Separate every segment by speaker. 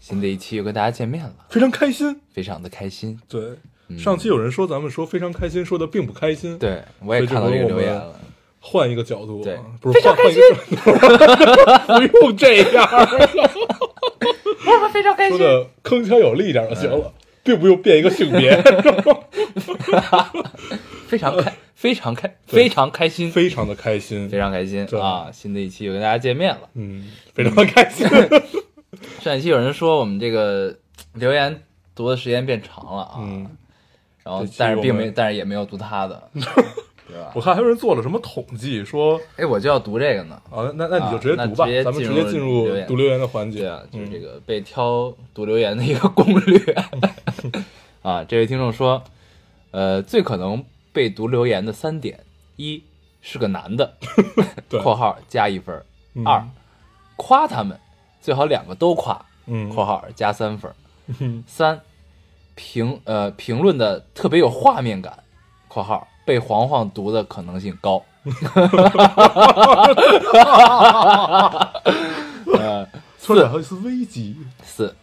Speaker 1: 新的一期又跟大家见面了，
Speaker 2: 非常开心。
Speaker 1: 非常的开心。
Speaker 2: 对，上期有人说咱们说非常开心，说的并不开心。，
Speaker 1: 嗯对，我也
Speaker 2: 所以这
Speaker 1: 看到这个
Speaker 2: 回
Speaker 1: 留
Speaker 2: 我们
Speaker 1: 言了。
Speaker 2: 换一个角度，啊
Speaker 1: 对
Speaker 2: 不是换换一个角度，不 用这样。
Speaker 1: 非常开
Speaker 2: 说。的铿锵有力一点就行
Speaker 1: 嗯
Speaker 2: 了，并不用变一个性 别，
Speaker 1: 非常 开，非常开，非常开心，
Speaker 2: 非常的开心
Speaker 1: 非。常开心
Speaker 2: 对
Speaker 1: 啊！新的一期又跟大家见面了。
Speaker 2: 嗯，非常的开心。
Speaker 1: 嗯上一期有人说我们这个留言读的时间变长了啊，
Speaker 2: 嗯，
Speaker 1: 然后
Speaker 2: 这期
Speaker 1: 但是并
Speaker 2: 我
Speaker 1: 没，
Speaker 2: 们
Speaker 1: 但是也没有读他的。
Speaker 2: 我看还有人做了什么统计，说
Speaker 1: 哎，我就要读这个呢。
Speaker 2: 啊，那那你就直
Speaker 1: 啊
Speaker 2: 接
Speaker 1: 那
Speaker 2: 读吧
Speaker 1: 直接，
Speaker 2: 咱们直
Speaker 1: 进
Speaker 2: 接
Speaker 1: 入
Speaker 2: 进入
Speaker 1: 留言
Speaker 2: 读留言的环
Speaker 1: 对
Speaker 2: 节
Speaker 1: 啊，。就是这
Speaker 2: 嗯，
Speaker 1: 个被挑读留言的一个攻略。 啊，这位听众说，呃，最可能被读留言的三点：一是个男的 （
Speaker 2: 对
Speaker 1: 括号加一分儿），
Speaker 2: 嗯
Speaker 1: 二夸他们最好两个都夸
Speaker 2: 嗯
Speaker 1: （括号加三分儿），
Speaker 2: 嗯
Speaker 1: 三评呃评论的特别有画面感（括号被黄黄读的可能性高）呃。
Speaker 2: 说的还有一丝危机。
Speaker 1: 四，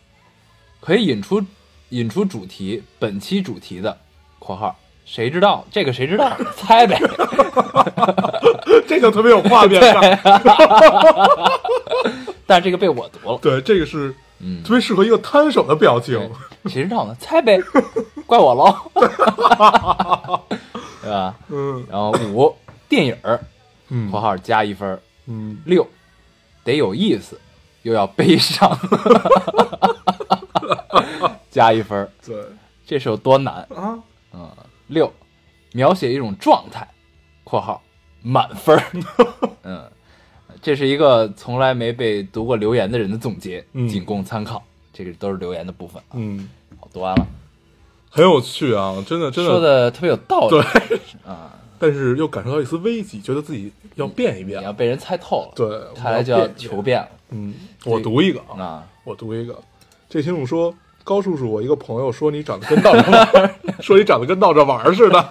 Speaker 1: 可以引出引出主题，本期主题的（括号谁知道这个谁知道 猜呗
Speaker 2: 这个特别有画面感。），
Speaker 1: 但是这个被我读了，
Speaker 2: 对，这个是
Speaker 1: 嗯
Speaker 2: 特，别适合一个摊手的表情。
Speaker 1: 谁知道呢？猜呗，怪我喽，对吧？
Speaker 2: 嗯
Speaker 1: 然后五电影儿（
Speaker 2: 嗯
Speaker 1: 括号加一分儿
Speaker 2: 嗯），
Speaker 1: 六得有意思，又要悲伤，加一分儿，
Speaker 2: 对
Speaker 1: 这是有多难？
Speaker 2: 啊，
Speaker 1: 嗯，六，描写一种状 态（括号满分儿）。嗯，这是一个从来没被读过留言的人的总结，
Speaker 2: 嗯
Speaker 1: 仅供参考。这个都是留言的部分。
Speaker 2: 嗯，
Speaker 1: 好，读完了，
Speaker 2: 很有趣啊，真的真
Speaker 1: 说的
Speaker 2: 的，
Speaker 1: 特别有道理
Speaker 2: 对
Speaker 1: 啊，
Speaker 2: 但是又感受到一丝危机，觉得自己要变一
Speaker 1: 你
Speaker 2: 变
Speaker 1: 要。被人猜透了，
Speaker 2: 对，
Speaker 1: 嗯看来就
Speaker 2: 我
Speaker 1: 要
Speaker 2: 变一
Speaker 1: 求
Speaker 2: 变。
Speaker 1: 变了。
Speaker 2: 嗯，我读一个啊，
Speaker 1: 啊，
Speaker 2: 我读一个。这听众说，高叔叔，我一个朋友说你长得跟闹着玩儿， 说你长得跟闹着玩儿似的。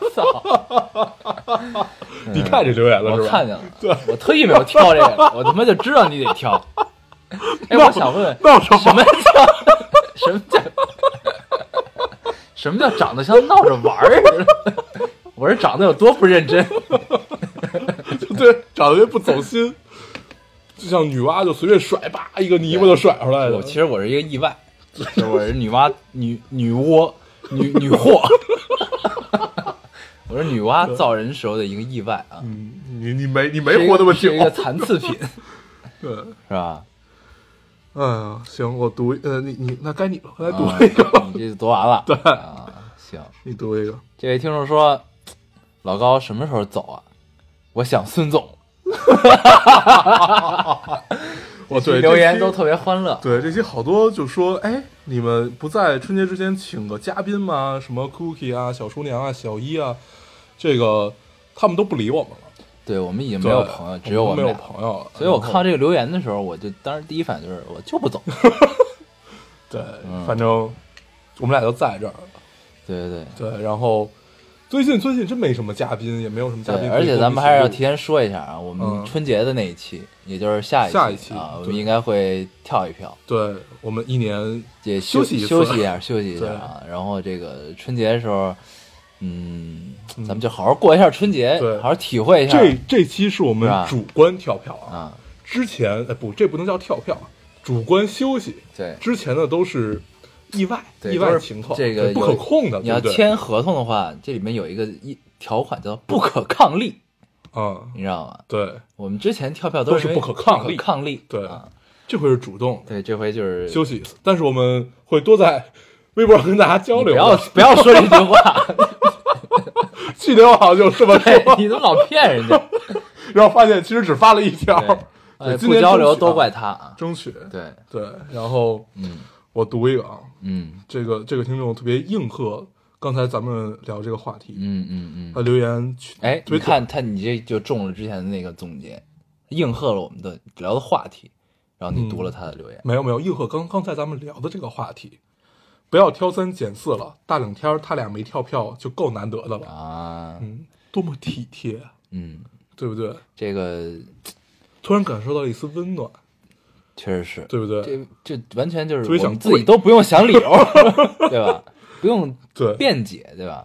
Speaker 2: 你看这留言
Speaker 1: 嗯
Speaker 2: 了
Speaker 1: 我
Speaker 2: 是吧？
Speaker 1: 看见了，我特意没有挑这个，我他妈就知道你得挑。 哎，我想问问，
Speaker 2: 闹着
Speaker 1: 什
Speaker 2: 玩
Speaker 1: 么
Speaker 2: 儿，
Speaker 1: 叫 什么叫什么叫长得像闹着玩儿似的？我是长得有多不认真？
Speaker 2: 对，长得又不走心，就像女娲就随便甩，叭一个泥巴就甩出来了
Speaker 1: 我。其实我是一个意外，哎 就是我是女娲女女娲女女货， 我是女娲造人时候的一个意外 啊，
Speaker 2: 嗯，你你没你
Speaker 1: 是一
Speaker 2: 没
Speaker 1: 个
Speaker 2: 活那么久
Speaker 1: 是一，个残次 品，是
Speaker 2: 对。
Speaker 1: 吧？
Speaker 2: 哦
Speaker 1: 啊
Speaker 2: 哎呀，行，我读一，呃，你你那该你了，来读
Speaker 1: 啊
Speaker 2: 一个，
Speaker 1: 你这就读完了，对啊，行。
Speaker 2: 你读一个，
Speaker 1: 这位听众说：“老高什么时候走啊？我想孙总。
Speaker 2: 我”
Speaker 1: 这
Speaker 2: 对
Speaker 1: 留言
Speaker 2: 这期
Speaker 1: 都特别欢乐。
Speaker 2: 对，这期好多就说，哎，你们不在春节之前请个嘉宾吗？什么 Cookie 啊、小厨娘啊、小一啊，这个他们都不理我们了，
Speaker 1: 对我们已经没
Speaker 2: 对
Speaker 1: 有朋友，只有
Speaker 2: 我
Speaker 1: 我
Speaker 2: 们
Speaker 1: 们
Speaker 2: 没有
Speaker 1: 俩。
Speaker 2: 朋友了，
Speaker 1: 所以我看到
Speaker 2: 这
Speaker 1: 这个留言的时候，我就当时第一反应就是我就不走。
Speaker 2: 对
Speaker 1: 嗯，
Speaker 2: 反正我们俩就在这儿了，
Speaker 1: 对对对
Speaker 2: 对，然后最近最近真没什么嘉宾，也没有什么 嘉
Speaker 1: 对，
Speaker 2: 宾，
Speaker 1: 而且咱们还是要提。前说一下啊，我们
Speaker 2: 嗯
Speaker 1: 春节的那一期，也就是下一
Speaker 2: 下一期
Speaker 1: 啊，我们
Speaker 2: 对
Speaker 1: 应该会跳一票，
Speaker 2: 对我们一年
Speaker 1: 也
Speaker 2: 休息
Speaker 1: 息
Speaker 2: 一次
Speaker 1: 休息一下，休息一下啊。然后这个春节的时候，嗯，咱们就好好过一下春节，
Speaker 2: 对
Speaker 1: 好好体会一下
Speaker 2: 这这期是我
Speaker 1: 是吧
Speaker 2: 们主观跳票啊，
Speaker 1: 啊。
Speaker 2: 之前呃不，这不能叫跳票，主观休息。
Speaker 1: 对，
Speaker 2: 之前的都是意外，
Speaker 1: 对
Speaker 2: 意
Speaker 1: 都
Speaker 2: 外
Speaker 1: 是
Speaker 2: 情况，
Speaker 1: 这个
Speaker 2: 对不
Speaker 1: 有
Speaker 2: 可控的，
Speaker 1: 你要
Speaker 2: 对不对？
Speaker 1: 签合同的话，这里面有一个一条款叫不可抗力，
Speaker 2: 啊，
Speaker 1: 你知道吗？
Speaker 2: 对，
Speaker 1: 我们之前跳票都
Speaker 2: 都
Speaker 1: 因
Speaker 2: 是
Speaker 1: 为
Speaker 2: 不可抗力
Speaker 1: 不可抗力，
Speaker 2: 对
Speaker 1: 啊，
Speaker 2: 这回是主动
Speaker 1: 对，这回就是
Speaker 2: 休息一次，但是我们会多在微博上跟大家
Speaker 1: 你
Speaker 2: 交流啊
Speaker 1: 不
Speaker 2: 的。
Speaker 1: 要不 要说这句话，
Speaker 2: 去年我好像就这么
Speaker 1: 对，
Speaker 2: 说，
Speaker 1: 你怎么老骗人家？
Speaker 2: 然后发现其实只发了一条
Speaker 1: 对，，
Speaker 2: 对
Speaker 1: 呃，
Speaker 2: 今
Speaker 1: 不
Speaker 2: 年
Speaker 1: 交
Speaker 2: 争
Speaker 1: 流
Speaker 2: 取
Speaker 1: 都
Speaker 2: 啊
Speaker 1: 怪他啊，
Speaker 2: 争取
Speaker 1: 对，
Speaker 2: 对，然后
Speaker 1: 嗯，
Speaker 2: 我读一个啊，
Speaker 1: 嗯
Speaker 2: 这个这个听众特别应和刚才咱们聊这个话题，
Speaker 1: 嗯嗯嗯。
Speaker 2: 他呃留言去
Speaker 1: 哎，
Speaker 2: 特
Speaker 1: 你
Speaker 2: 别短
Speaker 1: 看他，你这就中了之前的那个总结，应和了我们的聊的话题，然
Speaker 2: 嗯
Speaker 1: 后你读了他的留言。
Speaker 2: 没有没有，应和刚刚才咱们聊的这个话题，不要挑三拣四了。大冷天儿他俩没跳票就够难得的了，
Speaker 1: 啊，
Speaker 2: 嗯，多么体贴啊，
Speaker 1: 嗯，
Speaker 2: 对不对？
Speaker 1: 这个
Speaker 2: 突然感受到了一丝温暖，
Speaker 1: 确实是，
Speaker 2: 对不对？
Speaker 1: 这这完全就是
Speaker 2: 特别
Speaker 1: 我
Speaker 2: 想
Speaker 1: 们自
Speaker 2: 跪
Speaker 1: 己都不用想理 由，对吧？不用
Speaker 2: 对
Speaker 1: 辩解，对吧？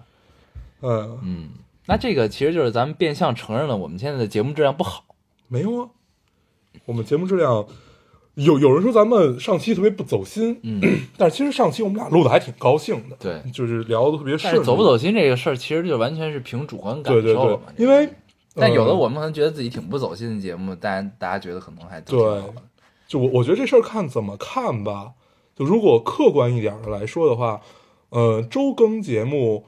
Speaker 2: 嗯，
Speaker 1: 嗯，那这个其实就是咱们变相承认了我们现在的节目质量不好。
Speaker 2: 没有啊，我们节目质量有有人说咱们上期特别不走心，
Speaker 1: 嗯，
Speaker 2: 但是其实上期我们俩录的还挺高兴的，
Speaker 1: 对
Speaker 2: 就是聊的特别
Speaker 1: 但
Speaker 2: 顺
Speaker 1: 是
Speaker 2: 利，
Speaker 1: 走不走心这个事儿，其实就完全是凭主观感
Speaker 2: 对对
Speaker 1: 受了嘛。，
Speaker 2: 对
Speaker 1: 这
Speaker 2: 因
Speaker 1: 个
Speaker 2: 为
Speaker 1: 但有的
Speaker 2: 呃
Speaker 1: 我们可能觉得自己挺不走心的节目，大家大家觉得可能还都挺好
Speaker 2: 对
Speaker 1: 的。，
Speaker 2: 就我我觉得这事儿看怎么看吧。就如果客观一点的来说的话，呃，周更节目，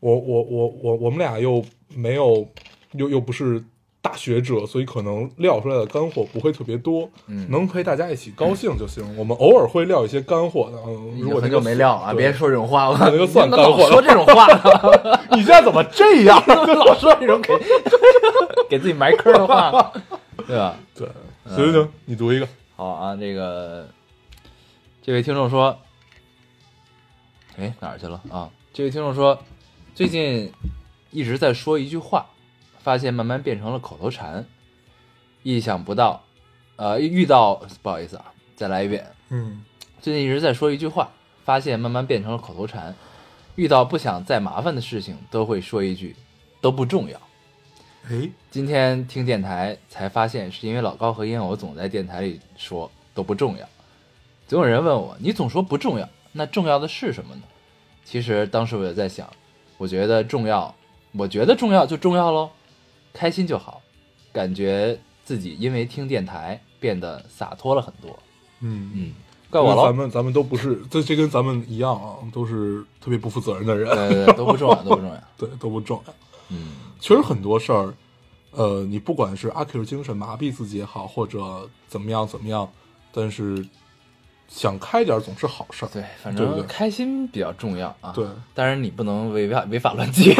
Speaker 2: 我我我我我们俩又没有又又不是大学者，所以可能撂出来的干货不会特别多，
Speaker 1: 嗯
Speaker 2: 能陪大家一起高兴就行。我们偶尔会撂一些干货的，嗯、
Speaker 1: 已
Speaker 2: 如
Speaker 1: 经
Speaker 2: 果
Speaker 1: 很
Speaker 2: 那
Speaker 1: 久
Speaker 2: 个
Speaker 1: 没聊啊，
Speaker 2: 对
Speaker 1: 别说这种话了。
Speaker 2: 那个算
Speaker 1: 你怎么
Speaker 2: 干
Speaker 1: 老
Speaker 2: 货了
Speaker 1: 说这种 话呢，
Speaker 2: 你现在怎么这 样？
Speaker 1: 老说这种给 给自己埋坑的话，对吧？
Speaker 2: 对，行行行，
Speaker 1: 嗯
Speaker 2: 你读一个，
Speaker 1: 好啊，这个这位听众说，哎哪儿去了啊？这位听众说，最近一直在说一句话，发现慢慢变成了口头禅，意想不到，呃，遇到不好意思啊，再来一遍。
Speaker 2: 嗯
Speaker 1: 最近一直在说一句话，发现慢慢变成了口头禅，遇到不想再麻烦的事情都会说一句，都不重要。
Speaker 2: 哎，
Speaker 1: 今天听电台才发现，是因为老高和烟偶总在电台里说都不重要。总有人问我，你总说不重要，那重要的是什么呢？其实当时我也在想，我觉得重要，我觉得重要就重要喽，开心就好。感觉自己因为听电台变得洒脱了很多。
Speaker 2: 嗯。
Speaker 1: 嗯， 怪我喽
Speaker 2: 咱。们咱们都不是，这这跟咱们一样啊，都是特别不负责任的人。
Speaker 1: 对对对，都不重要，都不重要。
Speaker 2: 对，都不重要。
Speaker 1: 嗯
Speaker 2: 确实很多事儿，呃，你不管是阿 Q 精神麻痹自己也好，或者怎么样怎么样，但是想开点儿总是好事儿。，。
Speaker 1: 对，反
Speaker 2: 对
Speaker 1: 正
Speaker 2: 对
Speaker 1: 开心比较重要啊。
Speaker 2: 对
Speaker 1: 当然你不能违法违法乱 纪，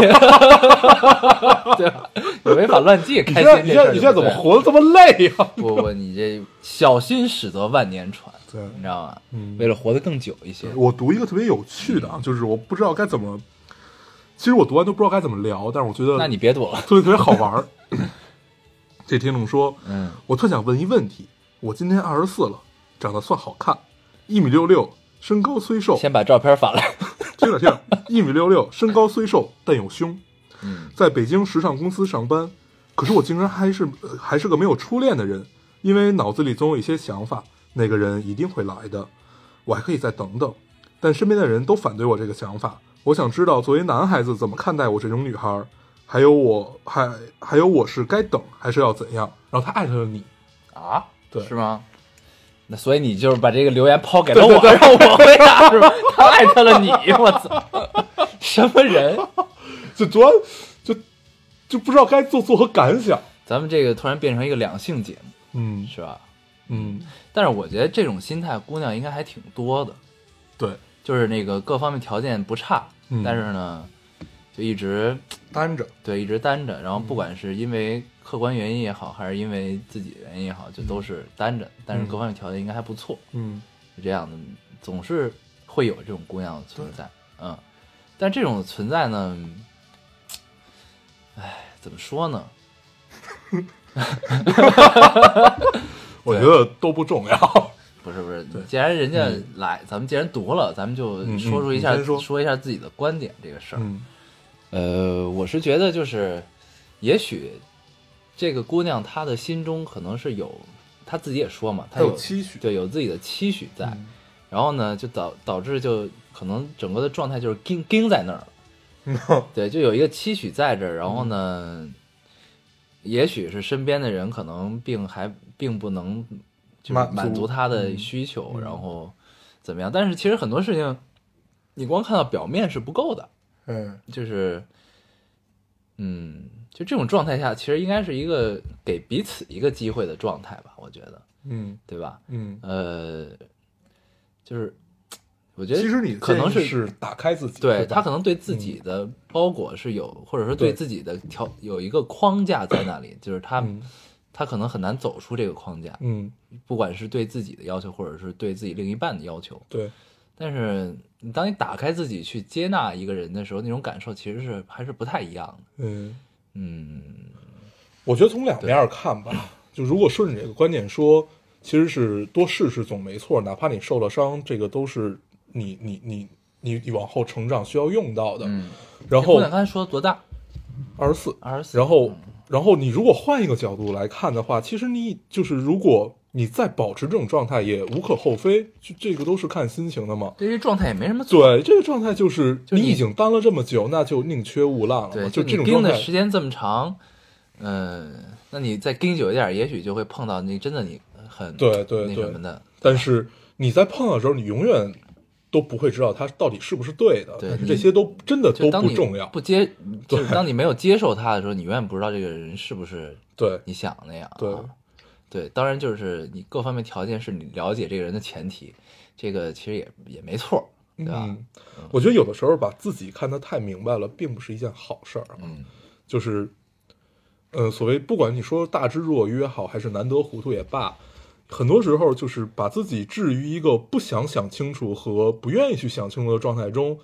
Speaker 1: 对吧？你违法乱纪，
Speaker 2: 你
Speaker 1: 开
Speaker 2: 现在
Speaker 1: 心这
Speaker 2: 你现
Speaker 1: 事儿
Speaker 2: 在
Speaker 1: 就
Speaker 2: 你现在
Speaker 1: 不
Speaker 2: 怎么
Speaker 1: 对了？
Speaker 2: 活得这么累呀、
Speaker 1: 不不，你这小心驶得万年船，
Speaker 2: 对
Speaker 1: 你知道吗？
Speaker 2: 嗯
Speaker 1: 为了活得更久一些，
Speaker 2: 我读一个特别有趣的啊，就是我不知道该怎么，其实我读完都不知道该怎么聊，但是我觉得
Speaker 1: 那你别躲了。
Speaker 2: 特别特别好 玩儿。这听众说，
Speaker 1: 嗯，
Speaker 2: 我特想问一问题：我今年二十四了，长得算好看，一米六六，身高虽瘦，
Speaker 1: 先把照片发来。
Speaker 2: 听着听着，一米六六，身高虽瘦但有胸，
Speaker 1: 嗯
Speaker 2: 在北京时尚公司上班，可是我竟然还是、呃还是个没有初恋的人，因为脑子里总有一些想法，那个人一定会来的，我还可以再等等，但身边的人都反对我这个想法。我想知道，作为男孩子怎么看待我这种女孩儿，还有我还还有我是该等还是要怎样？然后他艾特了你，
Speaker 1: 啊，
Speaker 2: 对
Speaker 1: 是吗？那所以你就是把这个留言抛给了我，
Speaker 2: 对对
Speaker 1: 让我回答是吧？他艾特了你，我操，什么人？
Speaker 2: 就主要就就不知道该做作何感想。
Speaker 1: 咱们这个突然变成一个两性节目，
Speaker 2: 嗯
Speaker 1: 是吧？
Speaker 2: 嗯，
Speaker 1: 但是我觉得这种心态，姑娘应该还挺多的，
Speaker 2: 对，
Speaker 1: 就是那个各方面条件不差，
Speaker 2: 嗯
Speaker 1: 但是呢，就一直
Speaker 2: 单着。
Speaker 1: 对一直单着，然后
Speaker 2: 嗯
Speaker 1: 不管是因为客观原因也好，还是因为自己原因也好，就都是单着，但是各方面条件应该还不错，
Speaker 2: 嗯
Speaker 1: 是这样的，总是会有这种姑娘的存在，嗯，但这种存在呢，哎，怎么说呢？，
Speaker 2: 我觉得都不重要。
Speaker 1: 不是不是，既然人家来，咱们既然读了，咱们就
Speaker 2: 嗯嗯嗯
Speaker 1: 说出一下、
Speaker 2: 你先说
Speaker 1: 一下自己的观点这个事儿。
Speaker 2: 嗯
Speaker 1: 呃，我是觉得就是，也许这个姑娘她的心中可能是有，她自己也说嘛，她
Speaker 2: 她有
Speaker 1: 有
Speaker 2: 期许嗯
Speaker 1: 对，有自己的期许在，然后呢，就导导致就可能整个的状态就是盯盯在那儿了，
Speaker 2: 嗯
Speaker 1: 对，就有一个期许在这儿，然后呢，也许是身边的人可能并还并不能就是
Speaker 2: 满足嗯
Speaker 1: 满足她的需求，然后怎么样？但是其实很多事情，你光看到表面是不够的，
Speaker 2: 嗯
Speaker 1: 就是，嗯，就这种状态下，其实应该是一个给彼此一个机会的状态吧，我觉得，
Speaker 2: 嗯
Speaker 1: 对吧？
Speaker 2: 嗯
Speaker 1: 呃，就是我觉得
Speaker 2: 其实你
Speaker 1: 可能
Speaker 2: 建
Speaker 1: 是
Speaker 2: 议是打开自己，
Speaker 1: 对
Speaker 2: 对吧嗯
Speaker 1: 他可能对自己的包裹是有，或者说对
Speaker 2: 对
Speaker 1: 自己的条有一个框架在那里，就是他、
Speaker 2: 嗯
Speaker 1: 他可能很难走出这个框架，
Speaker 2: 嗯，
Speaker 1: 不管是对自己的要求，或者是对自己另一半的要求。
Speaker 2: 对，
Speaker 1: 但是你当你打开自己去接纳一个人的时候，那种感受其实是还是不太一样的。
Speaker 2: 嗯，
Speaker 1: 嗯，
Speaker 2: 我觉得从两面儿看吧，就如果顺着你这个观点说，其实是多试试总没错，哪怕你受了伤，这个都是你你你你你往后成长需要用到的。
Speaker 1: 嗯
Speaker 2: 然
Speaker 1: 姑
Speaker 2: 后
Speaker 1: 娘刚才说多大？
Speaker 2: 二十四，
Speaker 1: 二十四。
Speaker 2: 然后然后你如果换一个角度来看的话，其实你就是如果你再保持这种状态，也无可厚非，就这个都是看心情的嘛。
Speaker 1: 对这状态也没什么错。
Speaker 2: 对，这个状态就是
Speaker 1: 就你
Speaker 2: 已经担了这么久，那就宁缺毋滥了嘛。
Speaker 1: 对，就
Speaker 2: 就这
Speaker 1: 你
Speaker 2: 种
Speaker 1: 盯
Speaker 2: 状态
Speaker 1: 的，时间这么长，嗯、那你再盯久一点，也许就会碰到你真的你很
Speaker 2: 对对
Speaker 1: 那
Speaker 2: 对
Speaker 1: 什么的。
Speaker 2: 但是你在碰到的时候，你永远都不会知道它到底是不是对的。
Speaker 1: 对
Speaker 2: 但是
Speaker 1: 你
Speaker 2: 这些都真的
Speaker 1: 就
Speaker 2: 都
Speaker 1: 当
Speaker 2: 不
Speaker 1: 你
Speaker 2: 重要。
Speaker 1: 不接，就是当你没有接受他的时候，你永远不知道这个人是不是
Speaker 2: 对
Speaker 1: 你想那样、啊。
Speaker 2: 对
Speaker 1: 对，当然就是你各方面条件是你了解这个人的前提，这个其实也也没错，对啊吧？
Speaker 2: 嗯，我觉得有的时候把自己看得太明白了，并不是一件好事儿。啊
Speaker 1: 嗯，
Speaker 2: 就是，呃，所谓不管你说大智若愚也好，还是难得糊涂也罢，很多时候就是把自己置于一个不想想清楚和不愿意去想清楚的状态中，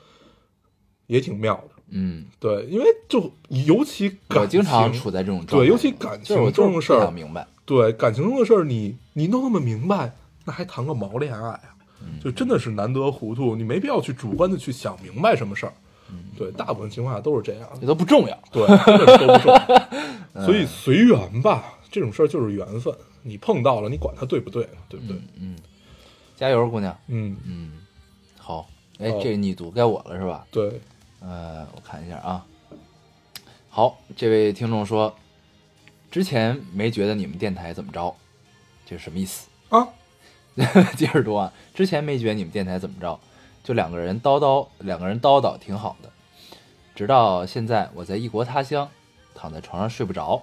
Speaker 2: 也挺妙的。
Speaker 1: 嗯，
Speaker 2: 对，因为就尤其感
Speaker 1: 我经常
Speaker 2: 情
Speaker 1: 处在这种状态，
Speaker 2: 对，尤其感
Speaker 1: 就
Speaker 2: 情
Speaker 1: 是我
Speaker 2: 这
Speaker 1: 就是
Speaker 2: 种
Speaker 1: 不
Speaker 2: 事儿
Speaker 1: 想，明白，
Speaker 2: 对感情中的事儿，你你弄那么明白，那还谈个毛恋爱啊？
Speaker 1: 嗯
Speaker 2: 就真的是难得糊涂，你没必要去主观的去想明白什么事儿。
Speaker 1: 嗯
Speaker 2: 对，大部分情况下都是这样的
Speaker 1: 这。都不重要。
Speaker 2: 对，真的是都不重要。所以随缘吧，这种事儿就是缘分，你碰到了，你管它对不对，对不对？
Speaker 1: 嗯加油，姑娘。
Speaker 2: 嗯，
Speaker 1: 好，哎
Speaker 2: 好，
Speaker 1: 这你读该我了是吧？
Speaker 2: 对，
Speaker 1: 呃，我看一下啊。好，这位听众说，之前没觉得你们电台怎么着，这是什么意思？
Speaker 2: 啊，
Speaker 1: 接着读啊，之前没觉得你们电台怎么着，就两个人叨叨，两个人叨叨挺好的。直到现在，我在异国他乡，躺在床上睡不着。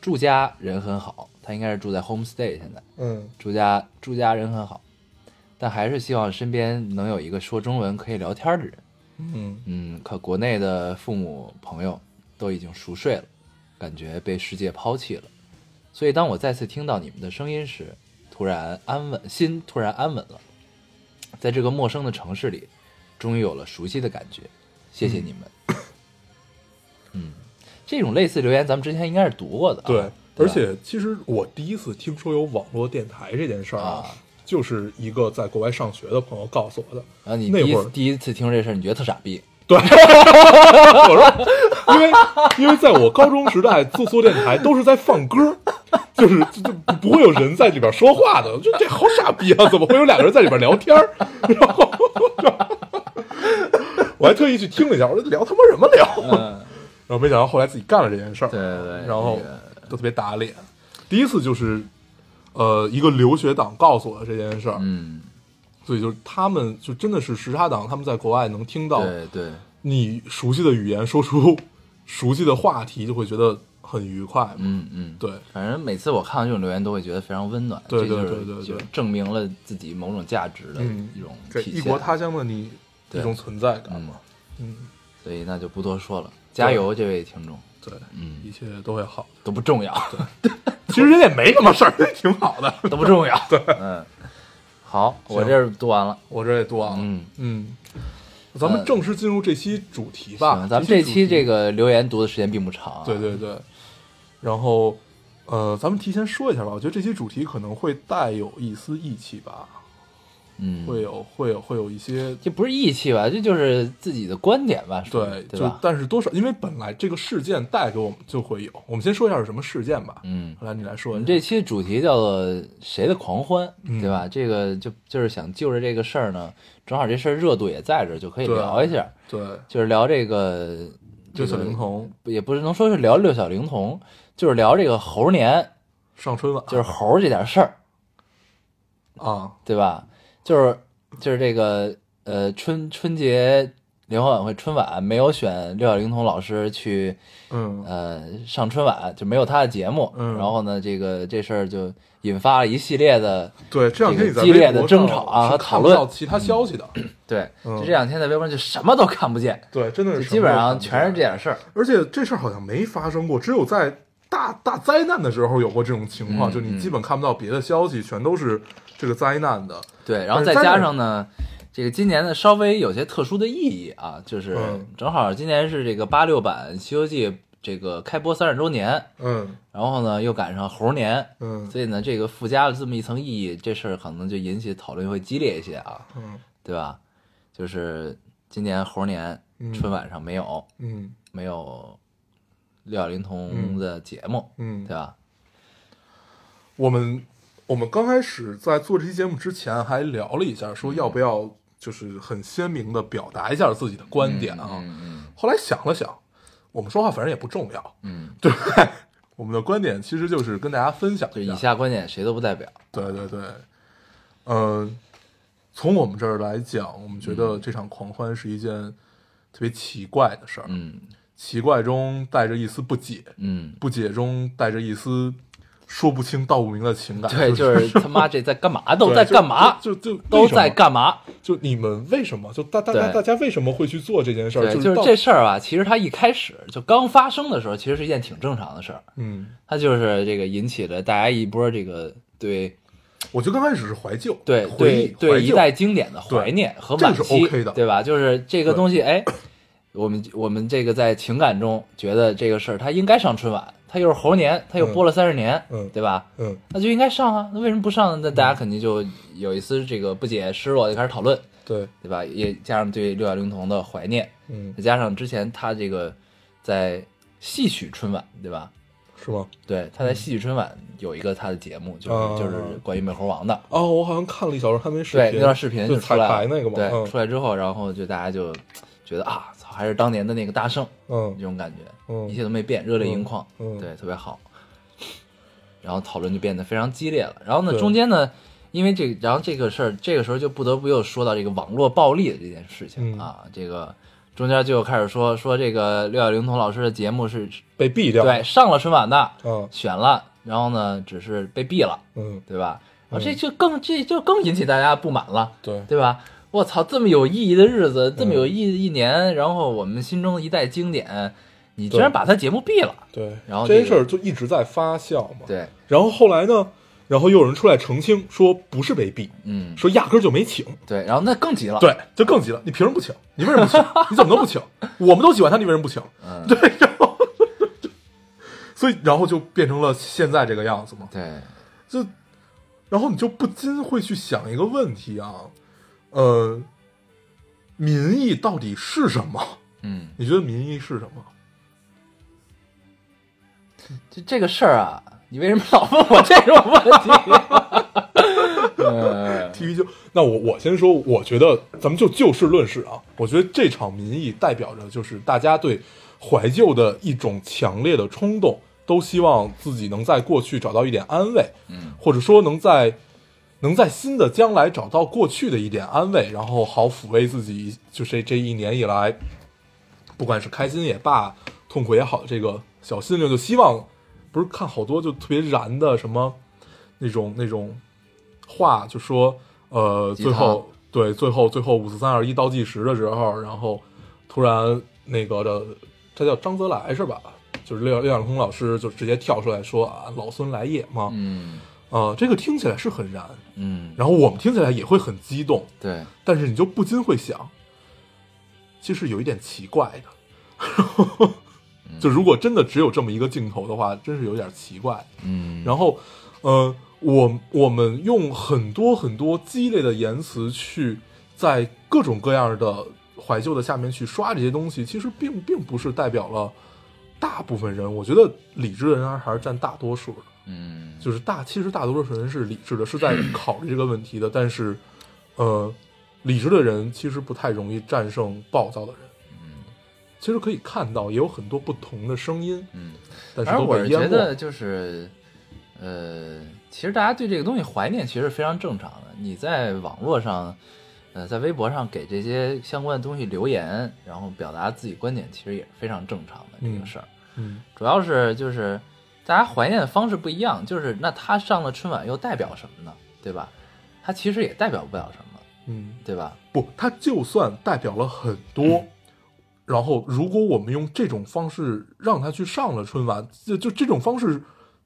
Speaker 1: 住家人很好，他应该是住在 homestay 现在。
Speaker 2: 嗯
Speaker 1: 住家住家人很好，但还是希望身边能有一个说中文可以聊天的人。
Speaker 2: 嗯
Speaker 1: 嗯，可国内的父母朋友都已经熟睡了，感觉被世界抛弃了。所以当我再次听到你们的声音时，突然安稳，心突然安稳了。在这个陌生的城市里，终于有了熟悉的感觉。谢谢你们。嗯，这种类似留言咱们之前应该是读过的啊、
Speaker 2: 对。
Speaker 1: 对
Speaker 2: 而
Speaker 1: 吧
Speaker 2: 且，其实我第一次听说有网络电台这件事儿
Speaker 1: 啊，
Speaker 2: 就是一个在国外上学的朋友告诉我的。
Speaker 1: 然后啊你
Speaker 2: 那
Speaker 1: 第一
Speaker 2: 会
Speaker 1: 次
Speaker 2: 儿
Speaker 1: 第一次听说这事儿，你觉得特傻逼，
Speaker 2: 我说，因为 因为在我高中时代做做电台都是在放歌， 就是就就不不会有人在里边说话的，就这好傻逼啊！怎么会有两个人在里边聊天儿？ 然后我还特意去听了一下，我说聊他妈什么聊？
Speaker 1: 嗯，
Speaker 2: 然后没想到后来自己干了这件事儿，
Speaker 1: 对对对
Speaker 2: 然后
Speaker 1: 这个
Speaker 2: 都特别打脸。第一次就是，呃，一个留学党告诉我的这件事儿，
Speaker 1: 嗯，
Speaker 2: 所以就是他们就真的是时差党，他们在国外能听到
Speaker 1: 对对，
Speaker 2: 你熟悉的语言说出熟悉的话题，就会觉得很愉快嘛。
Speaker 1: 嗯嗯，
Speaker 2: 对，
Speaker 1: 反正每次我看到这种留言，都会觉得非常温暖，
Speaker 2: 对
Speaker 1: 这
Speaker 2: 对
Speaker 1: 就是
Speaker 2: 对对对
Speaker 1: 就是证明了自己某种价值的
Speaker 2: 嗯
Speaker 1: 一种
Speaker 2: 这
Speaker 1: 体现。
Speaker 2: 异国他乡的你
Speaker 1: 对
Speaker 2: 一种存在感
Speaker 1: 嗯
Speaker 2: 嘛。，嗯，
Speaker 1: 所以那就不多说了，加油，这位听众
Speaker 2: 对，
Speaker 1: 嗯
Speaker 2: 一切都会好的。
Speaker 1: 都不重要，
Speaker 2: 其实人也没什么事儿， 挺好的。
Speaker 1: 都不重要，嗯，好，我
Speaker 2: 行
Speaker 1: 这儿读完了，
Speaker 2: 我这也读完了。
Speaker 1: 嗯
Speaker 2: 嗯，呃咱们正式进入这期主题吧
Speaker 1: 行，。咱们这期
Speaker 2: 主题
Speaker 1: 这个留言读的时间并不长啊，
Speaker 2: 对对对，然后呃，咱们提前说一下吧，我觉得这期主题可能会带有一丝义气吧，
Speaker 1: 嗯，
Speaker 2: 会有会有会有一些
Speaker 1: 这不是义气吧？这就是自己的观点吧，属于
Speaker 2: 对，
Speaker 1: 嗯对
Speaker 2: 就
Speaker 1: 吧？
Speaker 2: 但是多少，因为本来这个事件带给我们就会有，我们先说一下是什么事件吧。
Speaker 1: 嗯，
Speaker 2: 来你来
Speaker 1: 我
Speaker 2: 说一
Speaker 1: 们
Speaker 2: 下，
Speaker 1: 这期主题叫做“谁的狂欢”，
Speaker 2: 嗯
Speaker 1: 对吧？这个就就是想就着这个事儿呢，正好这事儿热度也在这儿，就可以
Speaker 2: 对啊
Speaker 1: 聊一下，
Speaker 2: 对
Speaker 1: 就是聊这个
Speaker 2: 六小龄，
Speaker 1: 这
Speaker 2: 童
Speaker 1: 个也不是能说是聊六小龄童，就是聊这个猴年，
Speaker 2: 上春晚
Speaker 1: 就是猴儿这点事儿，
Speaker 2: 啊，
Speaker 1: 对吧？就是就是这个呃春春节联欢晚会春晚没有选六小龄童老师去
Speaker 2: 嗯
Speaker 1: 呃上春晚，就没有他的节目。
Speaker 2: 嗯
Speaker 1: 然后呢，这个这事儿就引发了一系列的
Speaker 2: 对，这两天你在
Speaker 1: 激烈
Speaker 2: 微博
Speaker 1: 的争
Speaker 2: 上
Speaker 1: 吵啊
Speaker 2: 是
Speaker 1: 和
Speaker 2: 看
Speaker 1: 讨
Speaker 2: 不
Speaker 1: 论
Speaker 2: 到其他消息的，
Speaker 1: 对，
Speaker 2: 嗯
Speaker 1: 就这两天在微博上就什么都看不见，
Speaker 2: 对，真的
Speaker 1: 就是基本上
Speaker 2: 什么
Speaker 1: 全
Speaker 2: 都
Speaker 1: 是这点事儿。
Speaker 2: 而且这事儿好像没发生过，只有在大大灾难的时候有过这种情况，
Speaker 1: 嗯
Speaker 2: 就
Speaker 1: 嗯
Speaker 2: 你基本看不到别的消息，全都是这个灾难的。
Speaker 1: 对，然后
Speaker 2: 但是
Speaker 1: 再
Speaker 2: 在
Speaker 1: 加
Speaker 2: 那
Speaker 1: 上呢，这个今年的稍微有些特殊的意义啊，就是
Speaker 2: 嗯
Speaker 1: 正好今年是这个八六版《西游记》这个开播三十周年，
Speaker 2: 嗯
Speaker 1: 然后呢又赶上猴年，
Speaker 2: 嗯
Speaker 1: 所以呢这个附加了这么一层意义，这事儿可能就引起讨论会激烈一些啊，
Speaker 2: 嗯
Speaker 1: 对吧？就是今年猴年
Speaker 2: 嗯
Speaker 1: 春晚上没有、
Speaker 2: 嗯
Speaker 1: 没有六小龄童的节目，
Speaker 2: 嗯
Speaker 1: 对，吧？
Speaker 2: 我们我们刚开始在做这期节目之前还聊了一下，说要不要就是很鲜明的表达一下自己的观点啊。
Speaker 1: 嗯嗯
Speaker 2: 后来想了想，我们说话反正也不重要，
Speaker 1: 嗯，
Speaker 2: 对不对？我们的观点其实就是跟大家分享
Speaker 1: 就
Speaker 2: 一下
Speaker 1: 以。下观点谁都不代表，
Speaker 2: 对对对，呃，从我们这儿来讲，我们觉得这场狂欢是一件特别奇怪的事儿，
Speaker 1: 嗯
Speaker 2: 奇怪中带着一丝不解，
Speaker 1: 嗯。
Speaker 2: 不解中带着一丝说不清道不明的情感。
Speaker 1: 对，就是他妈这在干嘛？都
Speaker 2: 对
Speaker 1: 在
Speaker 2: 就
Speaker 1: 干嘛？
Speaker 2: 就就就
Speaker 1: 都在，
Speaker 2: 为什
Speaker 1: 干嘛？
Speaker 2: 么就你们为什么？就大大大
Speaker 1: 对
Speaker 2: 大家为什么会去做这件事儿？
Speaker 1: 对，
Speaker 2: 就
Speaker 1: 就是
Speaker 2: 到
Speaker 1: 这，事儿吧，其实它一开始就刚发生的时候，其实是一件挺正常的事儿。
Speaker 2: 嗯，
Speaker 1: 它就是这个引起了大家一波这个对
Speaker 2: 我就刚开始是怀旧，
Speaker 1: 对
Speaker 2: 回忆
Speaker 1: 对对
Speaker 2: 怀
Speaker 1: 一
Speaker 2: 旧
Speaker 1: 代经典的怀念和惋
Speaker 2: 这个
Speaker 1: 惜，
Speaker 2: 是 OK 的
Speaker 1: 对吧？就是这个
Speaker 2: 对
Speaker 1: 东西，哎，我们我们这个在情感中觉得这个事儿它应该上春晚，它又是猴年，它又播了三十年，
Speaker 2: 嗯
Speaker 1: 对吧？
Speaker 2: 嗯
Speaker 1: 那就应该上啊，那为什么不上呢？那大家肯定就有一丝这个不解、失落，就开始讨论，
Speaker 2: 对，
Speaker 1: 对吧？也加上对六小龄童的怀念，
Speaker 2: 嗯
Speaker 1: 再加上之前他这个在戏曲春晚，对吧？
Speaker 2: 是吗？
Speaker 1: 对，
Speaker 2: 嗯
Speaker 1: 他在戏曲春晚有一个他的节目，就是、
Speaker 2: 啊
Speaker 1: 就是关于美猴王的。
Speaker 2: 哦，我好像看了一小时候他们视
Speaker 1: 对，
Speaker 2: 频，
Speaker 1: 那段视频
Speaker 2: 就
Speaker 1: 出
Speaker 2: 彩
Speaker 1: 来
Speaker 2: 排
Speaker 1: 了
Speaker 2: 那个嘛，
Speaker 1: 对，
Speaker 2: 嗯
Speaker 1: 出来之后，然后就大家就觉得啊，操，还是当年的那个大圣
Speaker 2: 嗯
Speaker 1: 这种感觉，
Speaker 2: 嗯
Speaker 1: 一切都没变，热泪盈眶，
Speaker 2: 嗯嗯
Speaker 1: 对，特别好。然后讨论就变得非常激烈了。然后呢，
Speaker 2: 对
Speaker 1: 中间呢，因为这个，然后这个事儿，这个时候就不得不又说到这个网络暴力的这件事情、
Speaker 2: 嗯
Speaker 1: 啊，这个中间就开始说说这个六小龄童老师的节目是
Speaker 2: 被毙掉。
Speaker 1: 对，上了春晚的，
Speaker 2: 嗯
Speaker 1: 选了，然后呢，只是被毙了，
Speaker 2: 嗯，
Speaker 1: 对吧？啊，这就更这就更引起大家不满了，
Speaker 2: 对，
Speaker 1: 对吧？我操，这么有意义的日子，这么
Speaker 2: 嗯
Speaker 1: 有意义的一年，然后我们心中的一代经典，你居然
Speaker 2: 对
Speaker 1: 把他节目毙了，
Speaker 2: 对，
Speaker 1: 然后
Speaker 2: 这件
Speaker 1: 这
Speaker 2: 事
Speaker 1: 个
Speaker 2: 儿就一直在发酵嘛。，
Speaker 1: 对，
Speaker 2: 然后后来呢，然后又有人出来澄清说不是被毙，
Speaker 1: 嗯，
Speaker 2: 说压根儿就没请。
Speaker 1: 对，然后那更急了，
Speaker 2: 对，就更急了，你凭什么不请？你为什么不请？你怎么能不请？我们都喜欢他，你为什么不请？
Speaker 1: 嗯
Speaker 2: 对，然后所以然后就变成了现在这个样子嘛。
Speaker 1: 对，
Speaker 2: 就，然后你就不禁会去想一个问题啊，呃，民意到底是什么？
Speaker 1: 嗯，
Speaker 2: 你觉得民意是什么？
Speaker 1: 这这个事儿啊，你为什么老问我这种问题？ 嗯，
Speaker 2: 体育就那我我先说，我觉得咱们就就事论事啊。我觉得这场民意代表着就是大家对怀旧的一种强烈的冲动，都希望自己能在过去找到一点安慰，
Speaker 1: 嗯，
Speaker 2: 或者说能在能在新的将来找到过去的一点安慰，然后好抚慰自己，就是这一年以来，不管是开心也罢，痛苦也好，这个小心灵就希望不是看好多就特别燃的什么那种那种话，就说呃，
Speaker 1: 鸡
Speaker 2: 最
Speaker 1: 汤
Speaker 2: 后对最后最后五四三二一倒计时的时候，然后突然那个的，他叫张泽来是吧？就是廖廖晓空老师就直接跳出来说啊，老孙来也嘛，
Speaker 1: 嗯
Speaker 2: 啊，这个听起来是很燃，
Speaker 1: 嗯，
Speaker 2: 然后我们听起来也会很激动，
Speaker 1: 对，
Speaker 2: 但是你就不禁会想，其实有一点奇怪的。 就如果真的只有这么一个镜头的话，真是有点奇怪。
Speaker 1: 嗯，
Speaker 2: 然后，呃，我我们用很多很多激烈的言辞去在各种各样的怀旧的下面去刷这些东西，其实并并不是代表了大部分人。我觉得理智的人啊还是占大多数的。
Speaker 1: 嗯，
Speaker 2: 就是大，其实大多数人是理智的，是在考虑这个问题的。但是，呃，理智的人其实不太容易战胜暴躁的人。
Speaker 1: 嗯
Speaker 2: 其实可以看到，也有很多不同的声音，
Speaker 1: 嗯。
Speaker 2: 但是
Speaker 1: 反正
Speaker 2: 都
Speaker 1: 我
Speaker 2: 被
Speaker 1: 是
Speaker 2: 淹
Speaker 1: 觉
Speaker 2: 没
Speaker 1: 得
Speaker 2: 了。
Speaker 1: 就是，呃，其实大家对这个东西怀念其实是非常正常的。你在网络上，呃，在微博上给这些相关的东西留言，然后表达自己观点，其实也是非常正常的这个
Speaker 2: 嗯
Speaker 1: 事儿。
Speaker 2: 嗯
Speaker 1: 主要是就是大家怀念的方式不一样，就是那他上了春晚又代表什么呢？对吧？他其实也代表不了什么，
Speaker 2: 嗯，
Speaker 1: 对吧？
Speaker 2: 不，它就算代表了很多，然后如果我们用这种方式让它去上了春晚，就就这种方式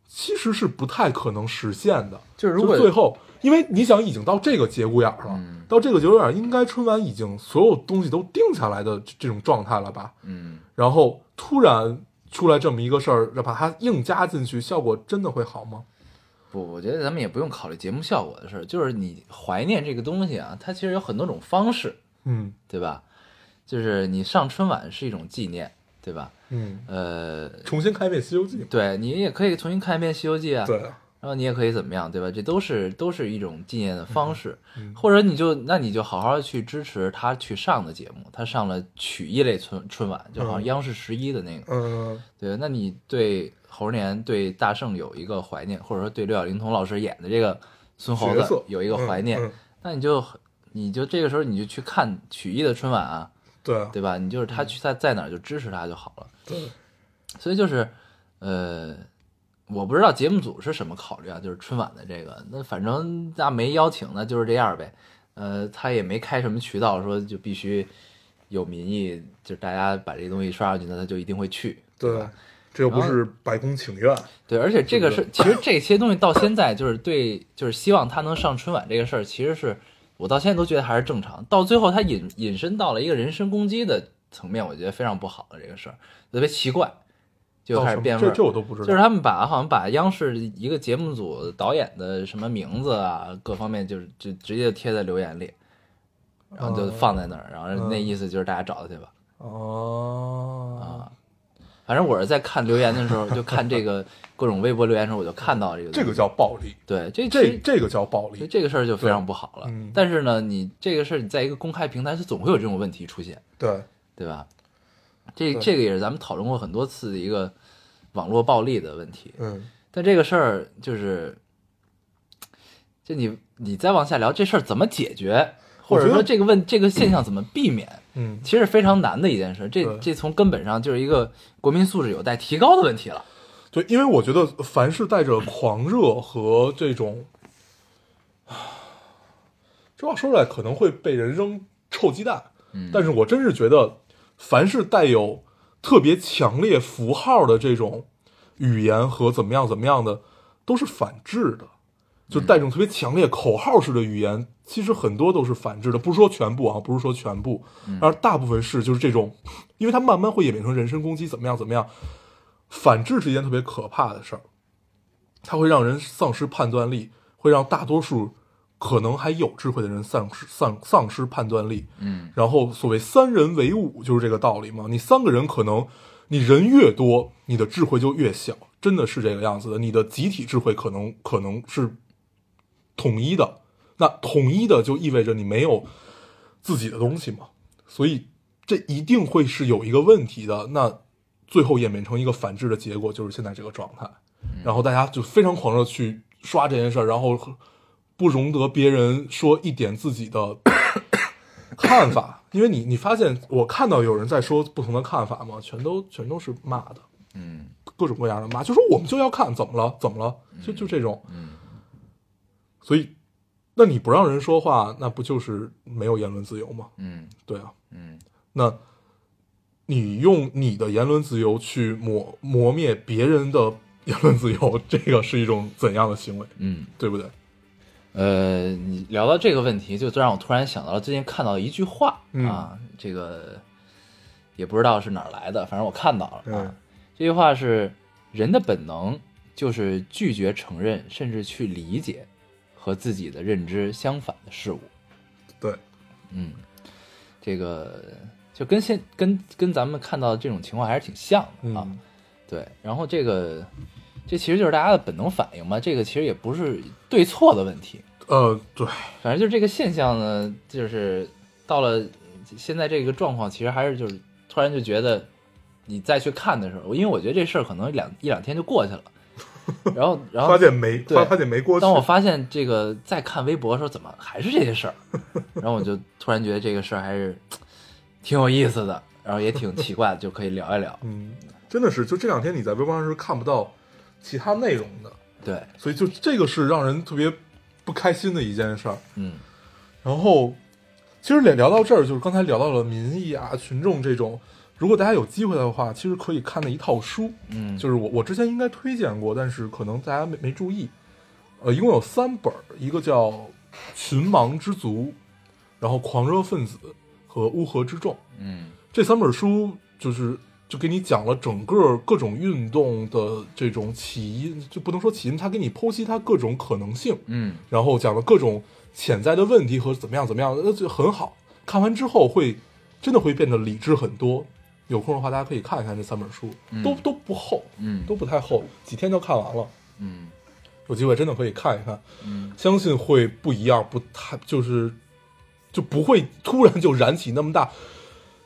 Speaker 2: 其实是不太可能实现的。
Speaker 1: 就是如果
Speaker 2: 最后，因为你想已经到这个节骨眼儿了，
Speaker 1: 嗯
Speaker 2: 到这个节骨眼儿，应该春晚已经所有东西都定下来的这这种状态了吧？
Speaker 1: 嗯，
Speaker 2: 然后突然出来这么一个事儿，要把它硬加进去，效果真的会好吗？
Speaker 1: 不，我觉得咱们也不用考虑节目效果的事儿，就是你怀念这个东西啊，它其实有很多种方式，
Speaker 2: 嗯
Speaker 1: 对吧？就是你上春晚是一种纪念，对吧？
Speaker 2: 嗯，
Speaker 1: 呃，
Speaker 2: 重新开遍《西游记》
Speaker 1: 对你也可以重新看一遍《西游记》啊，
Speaker 2: 对，
Speaker 1: 然后你也可以怎么样，对吧？这都是都是一种纪念的方式，
Speaker 2: 嗯
Speaker 1: 或者你就那你就好好地去支持他去上的节目，他上了曲艺类春春晚，就好像
Speaker 2: 嗯
Speaker 1: 央视十一的那个，
Speaker 2: 嗯
Speaker 1: 对，那你对猴年对大圣有一个怀念，或者说对刘晓玲童老师演的这个孙猴
Speaker 2: 角
Speaker 1: 子
Speaker 2: 色
Speaker 1: 有一个怀念，
Speaker 2: 嗯嗯
Speaker 1: 那你就你就这个时候你就去看曲艺的春晚啊，
Speaker 2: 对啊
Speaker 1: 对吧？你就是他去在在哪儿就支持他就好了。
Speaker 2: 对，
Speaker 1: 所以就是，呃，我不知道节目组是什么考虑啊，就是春晚的这个，那反正那没邀请，那就是这样呗。呃，他也没开什么渠道说就必须有民意，就是大家把这东西刷上去，那他就一定会去，对
Speaker 2: 对
Speaker 1: 吧？，
Speaker 2: 这又不是白宫请愿，
Speaker 1: 对，而且这个
Speaker 2: 是
Speaker 1: 是，其实这些东西到现在就是对，就是希望他能上春晚这个事儿，其实是我到现在都觉得还是正常。到最后，他引引申到了一个人身攻击的层面，我觉得非常不好的这个事儿，特别奇怪，就
Speaker 2: 哦
Speaker 1: 开始
Speaker 2: 什么
Speaker 1: 变味
Speaker 2: 这
Speaker 1: 儿。
Speaker 2: 这我都不知道。
Speaker 1: 就是他们把好像把央视一个节目组导演的什么名字啊，各方面就是就直接贴在留言里，然后就放在那儿，然后那意思就是大家找他去吧。啊
Speaker 2: 哦，
Speaker 1: 反正我是在看留言的时候，就看这 个各种微博留言的时候，我就看到这个东西
Speaker 2: 这个叫暴力，
Speaker 1: 对这
Speaker 2: 这
Speaker 1: 这
Speaker 2: 这个叫暴
Speaker 1: 这
Speaker 2: 力，
Speaker 1: 这个事儿就非常不好了
Speaker 2: 对嗯。
Speaker 1: 但是呢，你这个事儿你在一个公开平台，它总会有这种问题出现，
Speaker 2: 对，
Speaker 1: 对吧？这
Speaker 2: 对
Speaker 1: 这个也是咱们讨论过很多次的一个网络暴力的问题。
Speaker 2: 嗯
Speaker 1: 但这个事儿就是，就你你再往下聊这事儿怎么解决，或
Speaker 2: 我觉
Speaker 1: 者
Speaker 2: 得
Speaker 1: 说这个问这个现象怎么避免，
Speaker 2: 嗯，
Speaker 1: 其实非常难的一件事。这
Speaker 2: 对
Speaker 1: 这从根本上就是一个国民素质有待提高的问题了。
Speaker 2: 对，因为我觉得凡是带着狂热和这种，这话说出来可能会被人扔臭鸡蛋，
Speaker 1: 嗯
Speaker 2: 但是我真是觉得，凡是带有特别强烈符号的这种语言和怎么样怎么样的，都是反制的。就带这种特别强烈口号式的语言，其实很多都是反制的，不是说全部啊，不是说全部，而大部分是就是这种，因为它慢慢会演变成人身攻击，怎么样怎么样，反制是一件特别可怕的事儿，它会让人丧失判断力，会让大多数可能还有智慧的人丧失丧丧失判断力。
Speaker 1: 嗯，
Speaker 2: 然后所谓三人为伍就是这个道理嘛。你三个人可能你人越多，你的智慧就越小，真的是这个样子的。你的集体智慧可能可能是统一的，那统一的就意味着你没有自己的东西嘛，所以这一定会是有一个问题的。那最后演变成一个反制的结果，就是现在这个状态。然后大家就非常狂热去刷这件事儿，然后不容得别人说一点自己的 看法，因为你你发现我看到有人在说不同的看法嘛，全都全都是骂的，
Speaker 1: 嗯
Speaker 2: 各种各样的骂，就说我们就要看怎么了怎么了，就就这种，
Speaker 1: 嗯，
Speaker 2: 所以那你不让人说话，那不就是没有言论自由吗？
Speaker 1: 嗯
Speaker 2: 对啊，
Speaker 1: 嗯
Speaker 2: 那你用你的言论自由去磨磨灭别人的言论自由，这个是一种怎样的行为，
Speaker 1: 嗯，
Speaker 2: 对不对？
Speaker 1: 呃，你聊到这个问题，就让我突然想到了最近看到一句话、
Speaker 2: 嗯
Speaker 1: 啊，这个也不知道是哪儿来的，反正我看到了啊。
Speaker 2: 嗯
Speaker 1: 这句话是：人的本能就是拒绝承认，甚至去理解和自己的认知相反的事物。
Speaker 2: 对，
Speaker 1: 嗯，这个就跟现跟跟咱们看到的这种情况还是挺像的啊。
Speaker 2: 嗯
Speaker 1: 对，然后这个这其实就是大家的本能反应嘛，这个其实也不是对错的问题，
Speaker 2: 呃，对，
Speaker 1: 反正就是这个现象呢，就是到了现在这个状况，其实还是就是突然就觉得，你再去看的时候，因为我觉得这事儿可能两一两天就过去了，然 后然后
Speaker 2: 发现没
Speaker 1: 对
Speaker 2: 发发现没过去。
Speaker 1: 当我发现这个再看微博的时候，怎么还是这些事儿？然后我就突然觉得这个事儿还是挺有意思的，然后也挺奇怪的，就可以聊一聊。
Speaker 2: 嗯，真的是，就这两天你在微博上是看不到其他内容的，
Speaker 1: 对，
Speaker 2: 所以就这个是让人特别不开心的一件事儿。
Speaker 1: 嗯
Speaker 2: 然后，其实聊聊到这儿，就是刚才聊到了民意啊、群众这种，如果大家有机会的话，其实可以看的一套书，
Speaker 1: 嗯，
Speaker 2: 就是我我之前应该推荐过，但是可能大家没没注意。呃，一共有三本儿，一个叫《群盲之族》，然后《狂热分子》和《乌合之众》。
Speaker 1: 嗯
Speaker 2: 这三本书就是就给你讲了整个各种运动的这种起因，就不能说起因，它给你剖析它各种可能性，
Speaker 1: 嗯
Speaker 2: 然后讲了各种潜在的问题和怎么样怎么样，那就很好。看完之后会真的会变得理智很多。有空的话，大家可以看一看这三本书，都都不厚，
Speaker 1: 嗯
Speaker 2: 都不太厚，几天就看完了。
Speaker 1: 嗯
Speaker 2: 有机会真的可以看一看，
Speaker 1: 嗯，
Speaker 2: 相信会不一样，不太就是就不会突然就燃起那么大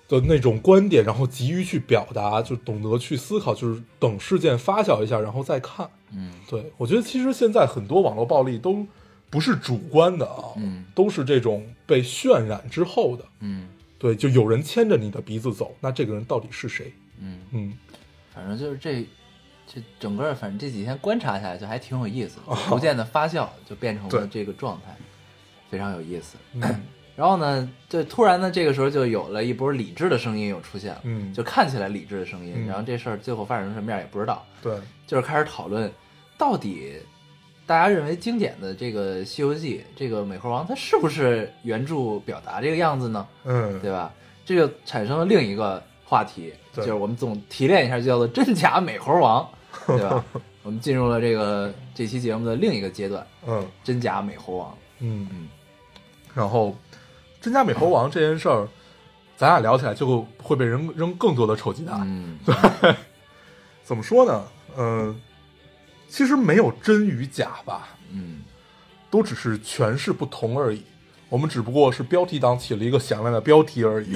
Speaker 2: 的那种观点，然后急于去表达，就懂得去思考，就是等事件发酵一下，然后再看。
Speaker 1: 嗯，
Speaker 2: 对我觉得其实现在很多网络暴力都不是主观的啊，
Speaker 1: 嗯，
Speaker 2: 都是这种被渲染之后的。
Speaker 1: 嗯
Speaker 2: 对，就有人牵着你的鼻子走，那这个人到底是谁？
Speaker 1: 嗯，
Speaker 2: 嗯，
Speaker 1: 反正就是这这整个，反正这几天观察下来，就还挺有意思的，逐渐的发酵，就变成
Speaker 2: 哦对
Speaker 1: 了这个状态，非常有意思。
Speaker 2: 嗯
Speaker 1: 然后呢，就突然呢，这个时候就有了一波理智的声音又出现了，
Speaker 2: 嗯
Speaker 1: 就看起来理智的声音，
Speaker 2: 嗯
Speaker 1: 然后这事儿最后发展成什么样也不知道，
Speaker 2: 对，
Speaker 1: 就是开始讨论到底大家认为经典的这个《西游记》这个《美猴王》它是不是原著表达这个样子呢？
Speaker 2: 嗯，
Speaker 1: 对吧？这就产生了另一个话题，就
Speaker 2: 对
Speaker 1: 是我们总提炼一下，就叫做“真假美猴王”，对 吧？我们进入了这个这期节目的另一个阶段
Speaker 2: 嗯。
Speaker 1: ——真假美猴王。
Speaker 2: 嗯
Speaker 1: 嗯，
Speaker 2: 然后真假美猴王这件事儿，咱俩聊起来就会被人扔更多的臭鸡蛋。
Speaker 1: 嗯
Speaker 2: 怎么说呢？嗯、其实没有真与假吧，
Speaker 1: 嗯
Speaker 2: 都只是诠释不同而已。我们只不过是标题党起了一个响亮的标题而已。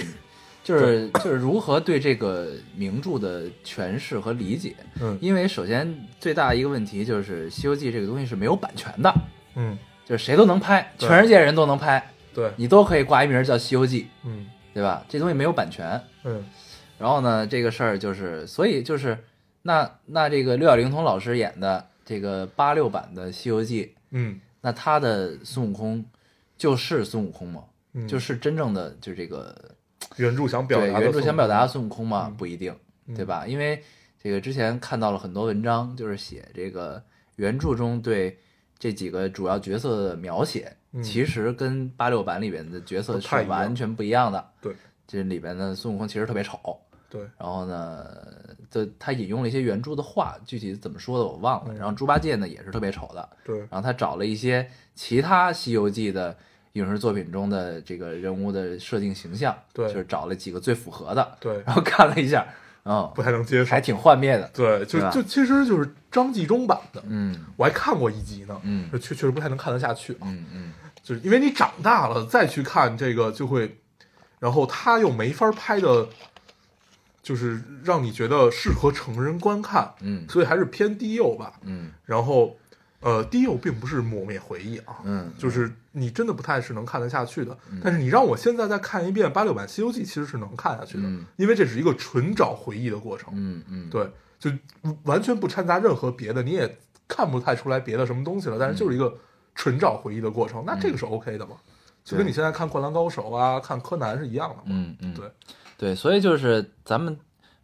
Speaker 1: 就是就是如何对这个名著的诠释和理解。
Speaker 2: 嗯
Speaker 1: 因为首先最大的一个问题就是《西游记》这个东西是没有版权的，
Speaker 2: 嗯，
Speaker 1: 就是谁都能拍，
Speaker 2: 对
Speaker 1: 全世界人都能拍，
Speaker 2: 对，
Speaker 1: 你都可以挂一名儿叫《西游记》，
Speaker 2: 嗯
Speaker 1: 对吧？这东西没有版权。
Speaker 2: 嗯
Speaker 1: 然后呢，这个事儿就是，所以就是那那这个六小龄童老师演的这个八六版的《西游记》，
Speaker 2: 嗯
Speaker 1: 那他的孙悟空就是孙悟空吗？
Speaker 2: 嗯，
Speaker 1: 就是真正的就这个
Speaker 2: 原著想表
Speaker 1: 对
Speaker 2: 达的，
Speaker 1: 原著想表达的孙悟空吗？不一定，
Speaker 2: 嗯
Speaker 1: 对吧？因为这个之前看到了很多文章，就是写这个原著中对这几个主要角色的描写，
Speaker 2: 嗯
Speaker 1: 其实跟八六版里边的角色
Speaker 2: 不
Speaker 1: 是
Speaker 2: 太一样
Speaker 1: 完全不一样的。
Speaker 2: 对
Speaker 1: 这里边的孙悟空其实特别丑，
Speaker 2: 对，
Speaker 1: 然后呢，这他引用了一些原著的话，具体怎么说的我忘
Speaker 2: 嗯
Speaker 1: 了。然后猪八戒呢也是特别丑的，
Speaker 2: 对
Speaker 1: 然后他找了一些其他《西游记》的影视作品中的这个人物的设定形象，
Speaker 2: 对
Speaker 1: 就是找了几个最符合的，
Speaker 2: 对，
Speaker 1: 然后看了一下，嗯，
Speaker 2: 不太能接受
Speaker 1: 还。挺幻灭的，
Speaker 2: 对，就
Speaker 1: 对吧
Speaker 2: 就其实就是张纪中版的，
Speaker 1: 嗯
Speaker 2: 我还看过一集呢，
Speaker 1: 嗯
Speaker 2: 就确确实不太能看得下去啊，
Speaker 1: 嗯嗯
Speaker 2: 就是因为你长大了再去看这个就会，然后他又没法拍的，就是让你觉得适合成人观看，
Speaker 1: 嗯
Speaker 2: 所以还是偏低幼吧。
Speaker 1: 嗯
Speaker 2: 然后，呃，低幼并不是抹灭回忆啊，
Speaker 1: 嗯，
Speaker 2: 就是你真的不太是能看得下去的。但是你让我现在再看一遍八六版《西游记》，其实是能看下去的，
Speaker 1: 嗯
Speaker 2: 因为这是一个纯找回忆的过程。
Speaker 1: 嗯嗯
Speaker 2: 对，就完全不掺杂任何别的，你也看不太出来别的什么东西了。但是就是
Speaker 1: 嗯
Speaker 2: 一个纯找回忆的过程，那这个是 OK 的嘛？就跟你现在看《灌篮高手》啊、看柯南是一样的嘛。
Speaker 1: 嗯嗯
Speaker 2: 对，
Speaker 1: 对，所以就是咱们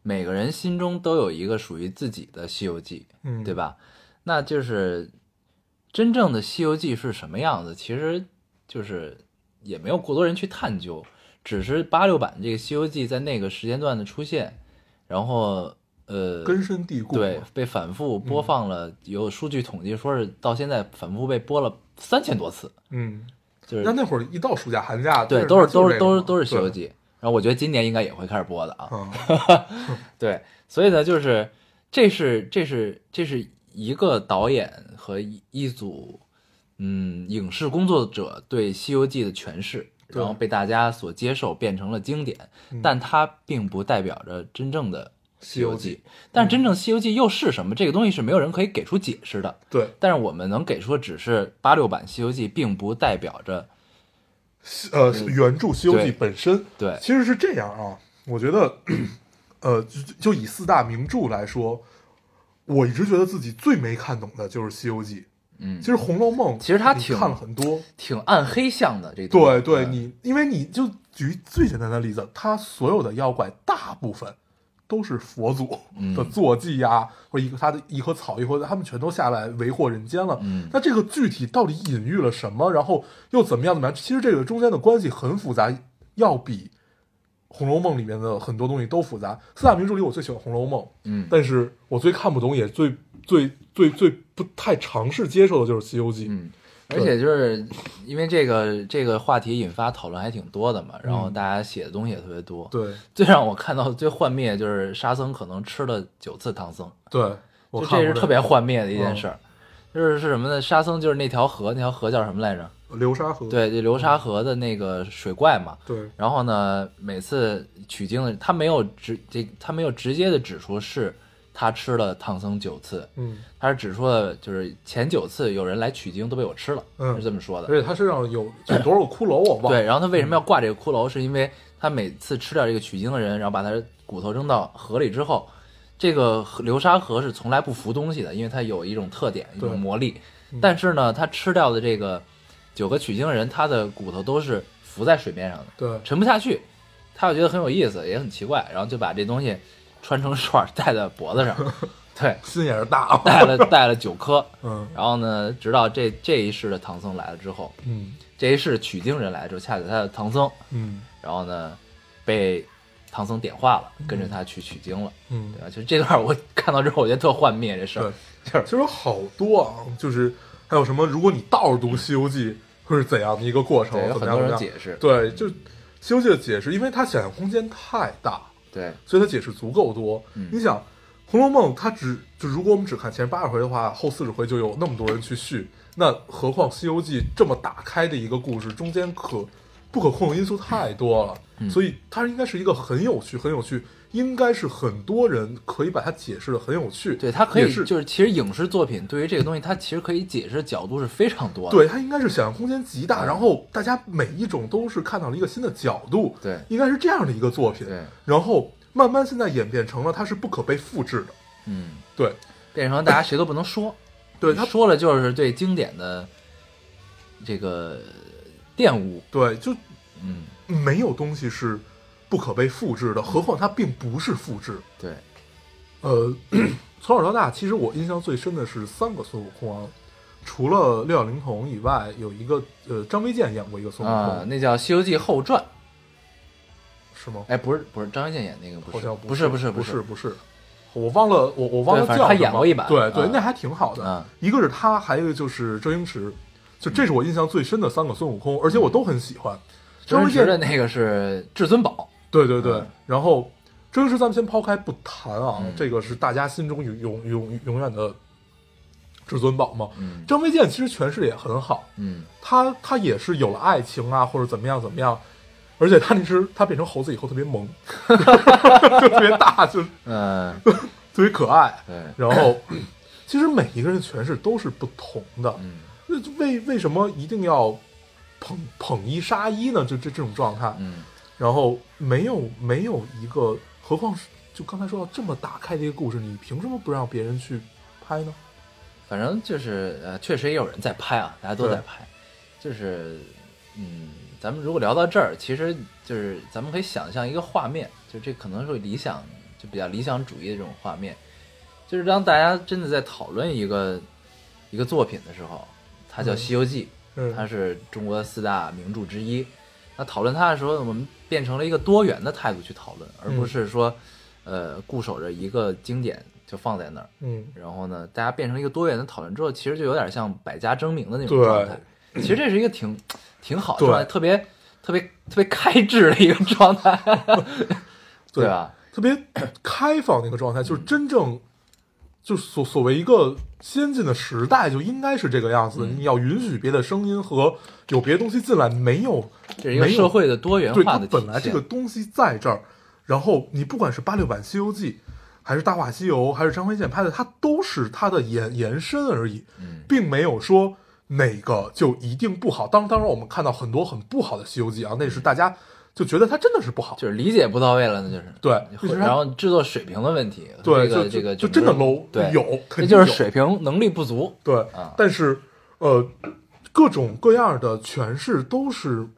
Speaker 1: 每个人心中都有一个属于自己的《西游记》，
Speaker 2: 嗯，
Speaker 1: 对？吧？那就是真正的《西游记》是什么样子，其实就是也没有过多人去探究，只是八六版这个《西游记》在那个时间段的出现，然后呃，
Speaker 2: 根深蒂固嘛。
Speaker 1: 对被反
Speaker 2: 嗯
Speaker 1: 复播放了，有数据统计说是到现在反复被播了三千多次，
Speaker 2: 嗯，
Speaker 1: 就
Speaker 2: 那
Speaker 1: 是
Speaker 2: 那会儿一到暑假寒假，
Speaker 1: 对，都
Speaker 2: 都
Speaker 1: 是都是都是都是《
Speaker 2: 西
Speaker 1: 西游记》，然后我觉得今年应该也会开始播的啊，
Speaker 2: 啊，
Speaker 1: 对，所以呢，就是这是这是这是一个导演和一一组嗯影视工作者对《西游记》的诠释，
Speaker 2: 对嗯
Speaker 1: 然后被大家所接受，变成了经典，但它并不代表着真正的西游记》，但
Speaker 2: 嗯
Speaker 1: 是真正《西游记》又是什么？这个东西是没有人可以给出解释的。
Speaker 2: 对，
Speaker 1: 但是我们能给出的只是八六版《西游记》，并不代表着
Speaker 2: 呃，原著《西游记
Speaker 1: 嗯对》
Speaker 2: 本身，
Speaker 1: 对
Speaker 2: 其实是这样啊。我觉得，呃，就就以四大名著来说，我一直觉得自己最没看懂的就是《西游记》。
Speaker 1: 嗯
Speaker 2: 其实《红楼梦》，
Speaker 1: 其实它
Speaker 2: 你
Speaker 1: 挺
Speaker 2: 看了很多，
Speaker 1: 挺暗黑向的这东
Speaker 2: 对
Speaker 1: 西。
Speaker 2: 对，你因为你就举最简单的例子，他所有的妖怪大部分都是佛祖
Speaker 1: 嗯
Speaker 2: 的坐骑呀、或者一个他的一棵草，一棵他们全都下来为祸人间了。
Speaker 1: 嗯
Speaker 2: 那这个具体到底隐喻了什么，然后又怎么样怎么样？其实这个中间的关系很复杂，要比《红楼梦》里面的很多东西都复杂。四大名著里，我最喜欢《红楼梦》，
Speaker 1: 嗯
Speaker 2: 但是我最看不懂，也最最最最不太尝试接受的就是《西游记》。
Speaker 1: 嗯，而且就是因为这个这个话题引发讨论还挺多的嘛，然后大家写的东西也特别多。
Speaker 2: 嗯对
Speaker 1: 最让我看到最幻灭就是沙僧可能吃了九次唐僧，
Speaker 2: 对，我
Speaker 1: 就
Speaker 2: 看
Speaker 1: 这是
Speaker 2: 过
Speaker 1: 特别
Speaker 2: 个嗯
Speaker 1: 幻灭的一件事儿。就是是什么呢？沙僧就是那条河，那条河叫什么来着？
Speaker 2: 流沙河。
Speaker 1: 对，就流沙
Speaker 2: 嗯
Speaker 1: 河的那个水怪嘛。
Speaker 2: 对，
Speaker 1: 然后呢，每次取经的他没有直这他没有直接的指出是他吃了唐僧九次，
Speaker 2: 嗯，
Speaker 1: 他是指出了就是前九次有人来取经都被我吃了，
Speaker 2: 嗯
Speaker 1: 是这么说的。
Speaker 2: 而且他身上有有多少个骷髅，我忘了。
Speaker 1: 对，然后他为什么要挂这个骷髅？是因为他每次吃掉这个取经的人，然后把他的骨头扔到河里之后，这个河流沙河是从来不服东西的，因为它有一种特点，一
Speaker 2: 对
Speaker 1: 种魔力。但是呢，他吃掉的这个九个取经人，他的骨头都是浮在水面上的，
Speaker 2: 对
Speaker 1: 沉不下去。他就觉得很有意思，也很奇怪，然后就把这东西穿成串儿戴在脖子上，对，
Speaker 2: 心也是大。啊
Speaker 1: 戴了戴了九颗。
Speaker 2: 嗯
Speaker 1: 然后呢，直到这这一世的唐僧来了之后，
Speaker 2: 嗯
Speaker 1: 这一世取经人来了之后，恰巧他的唐僧
Speaker 2: 嗯
Speaker 1: 然后呢，被唐僧点化了，跟着他去取经了，
Speaker 2: 嗯
Speaker 1: 对，吧？就这段我看到之后，我觉得特幻灭这事
Speaker 2: 对
Speaker 1: 儿，，
Speaker 2: 其实有好多啊，就是还有什么，如果你倒着读《西游记》，会是怎样的一个过程
Speaker 1: 对，？有
Speaker 2: 怎
Speaker 1: 很
Speaker 2: 么样
Speaker 1: 多人
Speaker 2: 怎么样？
Speaker 1: 解释，
Speaker 2: 对，就《西游记》的解释，因为它想象空间太大，
Speaker 1: 对，
Speaker 2: 所以它解释足够多。
Speaker 1: 嗯
Speaker 2: 你想，《红楼梦》它只就如果我们只看前八十回的话，后四十回就有那么多人去续，那何况《西游记》这么打开的一个故事，中间可不可控的因素太多了，
Speaker 1: 嗯
Speaker 2: 所以它应该是一个很有趣、很有趣，应该是很多人可以把它解释的很有趣。
Speaker 1: 对，它可
Speaker 2: 也
Speaker 1: 以
Speaker 2: 是
Speaker 1: 就是其实影视作品对于这个东西，它其实可以解释角度是非常多的，
Speaker 2: 对，它应该是想象空间
Speaker 1: 嗯
Speaker 2: 极大，然后大家每一种都是看到了一个新的角度，
Speaker 1: 对
Speaker 2: 应该是这样的一个作品。
Speaker 1: 对
Speaker 2: 然后慢慢现在演变成了它是不可被复制的，
Speaker 1: 嗯，
Speaker 2: 对，
Speaker 1: 变成大家谁都不能说，
Speaker 2: 对
Speaker 1: 你
Speaker 2: 它
Speaker 1: 说了就是对经典的这个玷污，
Speaker 2: 对，就
Speaker 1: 嗯，
Speaker 2: 没有东西是不可被复制的，何况它并不是复制。
Speaker 1: 对，
Speaker 2: 呃，从小到大，其实我印象最深的是三个孙悟空啊，除了六小龄童以外，有一个呃张卫健演过一个孙悟空，
Speaker 1: 啊，那叫《西游记后传》，
Speaker 2: 是吗？
Speaker 1: 哎，不是不是，张卫健演那个不
Speaker 2: 好
Speaker 1: 是
Speaker 2: 像，
Speaker 1: 不
Speaker 2: 是，
Speaker 1: 不是
Speaker 2: 不
Speaker 1: 不是，
Speaker 2: 不是，我忘了，我我忘了
Speaker 1: 对
Speaker 2: 叫
Speaker 1: 反正他
Speaker 2: 什么。
Speaker 1: 演过一版
Speaker 2: 对对
Speaker 1: 嗯，
Speaker 2: 那还挺好的
Speaker 1: 嗯。
Speaker 2: 一个是他，还有一个就是周星驰，就这是我印象最深的三个孙悟空，而且我都很喜欢。
Speaker 1: 周
Speaker 2: 张卫
Speaker 1: 星驰的
Speaker 2: 健，
Speaker 1: 那个是至尊宝。
Speaker 2: 对对对
Speaker 1: 嗯，
Speaker 2: 然后周星驰咱们先抛开不谈啊
Speaker 1: 嗯，
Speaker 2: 这个是大家心中永永永永远的至尊宝嘛。
Speaker 1: 嗯
Speaker 2: 张卫健其实诠释得也很好，
Speaker 1: 嗯
Speaker 2: 他他也是有了爱情啊，或者怎么样怎么样，而且他那只他变成猴子以后特别 萌，就特别大，就是
Speaker 1: 嗯，
Speaker 2: 特别可爱。
Speaker 1: 对，
Speaker 2: 然后，其实每一个人诠释都是不同的。
Speaker 1: 嗯
Speaker 2: 那就为为什么一定要捧捧一杀一呢？就这这种状态，
Speaker 1: 嗯，
Speaker 2: 然后没有没有一个，何况是就刚才说到这么打开的一个故事，你凭什么不让别人去拍呢？
Speaker 1: 反正就是呃，确实也有人在拍啊，大家都在拍，就是嗯，咱们如果聊到这儿，其实就是咱们可以想象一个画面，就这可能是理想，就比较理想主义的这种画面，就是当大家真的在讨论一个一个作品的时候，它叫《西游记》，它
Speaker 2: 嗯，
Speaker 1: 是中国四大名著之一。那讨论它的时候，我们变成了一个多元的态度去讨论，而不是说，呃，固守着一个经典就放在那儿。
Speaker 2: 嗯，
Speaker 1: 然后呢，大家变成一个多元的讨论之后，其实就有点像百家争鸣的那种
Speaker 2: 对
Speaker 1: 状态。其实这是一个挺挺好的
Speaker 2: 对
Speaker 1: 状态，特别特别特别开智的一个状态，对啊吧？
Speaker 2: 特别开放的一个状态，就是真正。就所所谓一个先进的时代，就应该是这个样子。
Speaker 1: 嗯
Speaker 2: 你要允许别的声音和有别的东西进来，没有
Speaker 1: 这是一个
Speaker 2: 没有
Speaker 1: 社会的多元
Speaker 2: 对
Speaker 1: 化
Speaker 2: 它
Speaker 1: 的体
Speaker 2: 本来这
Speaker 1: 现
Speaker 2: 个东西在这儿，然后你不管是八六版《西游记》，还是《大话西游》，还是张卫健拍的，它都是它的延延伸而已，
Speaker 1: 嗯
Speaker 2: 并没有说哪个就一定不好。当当然，我们看到很多很不好的《西游记》啊，那是大家就觉得它真的是不好，
Speaker 1: 就是理解不到位了，那就是
Speaker 2: 对就是他
Speaker 1: 然后制作水平的问题，
Speaker 2: 对，
Speaker 1: 这个
Speaker 2: 就
Speaker 1: 这个
Speaker 2: 就就
Speaker 1: 整
Speaker 2: 真
Speaker 1: 个
Speaker 2: 的 low，
Speaker 1: 对，
Speaker 2: 有，
Speaker 1: 这
Speaker 2: 肯定
Speaker 1: 就是
Speaker 2: 有
Speaker 1: 水平能力不足，
Speaker 2: 对
Speaker 1: 啊，
Speaker 2: 但是呃，各种各样的诠释都是，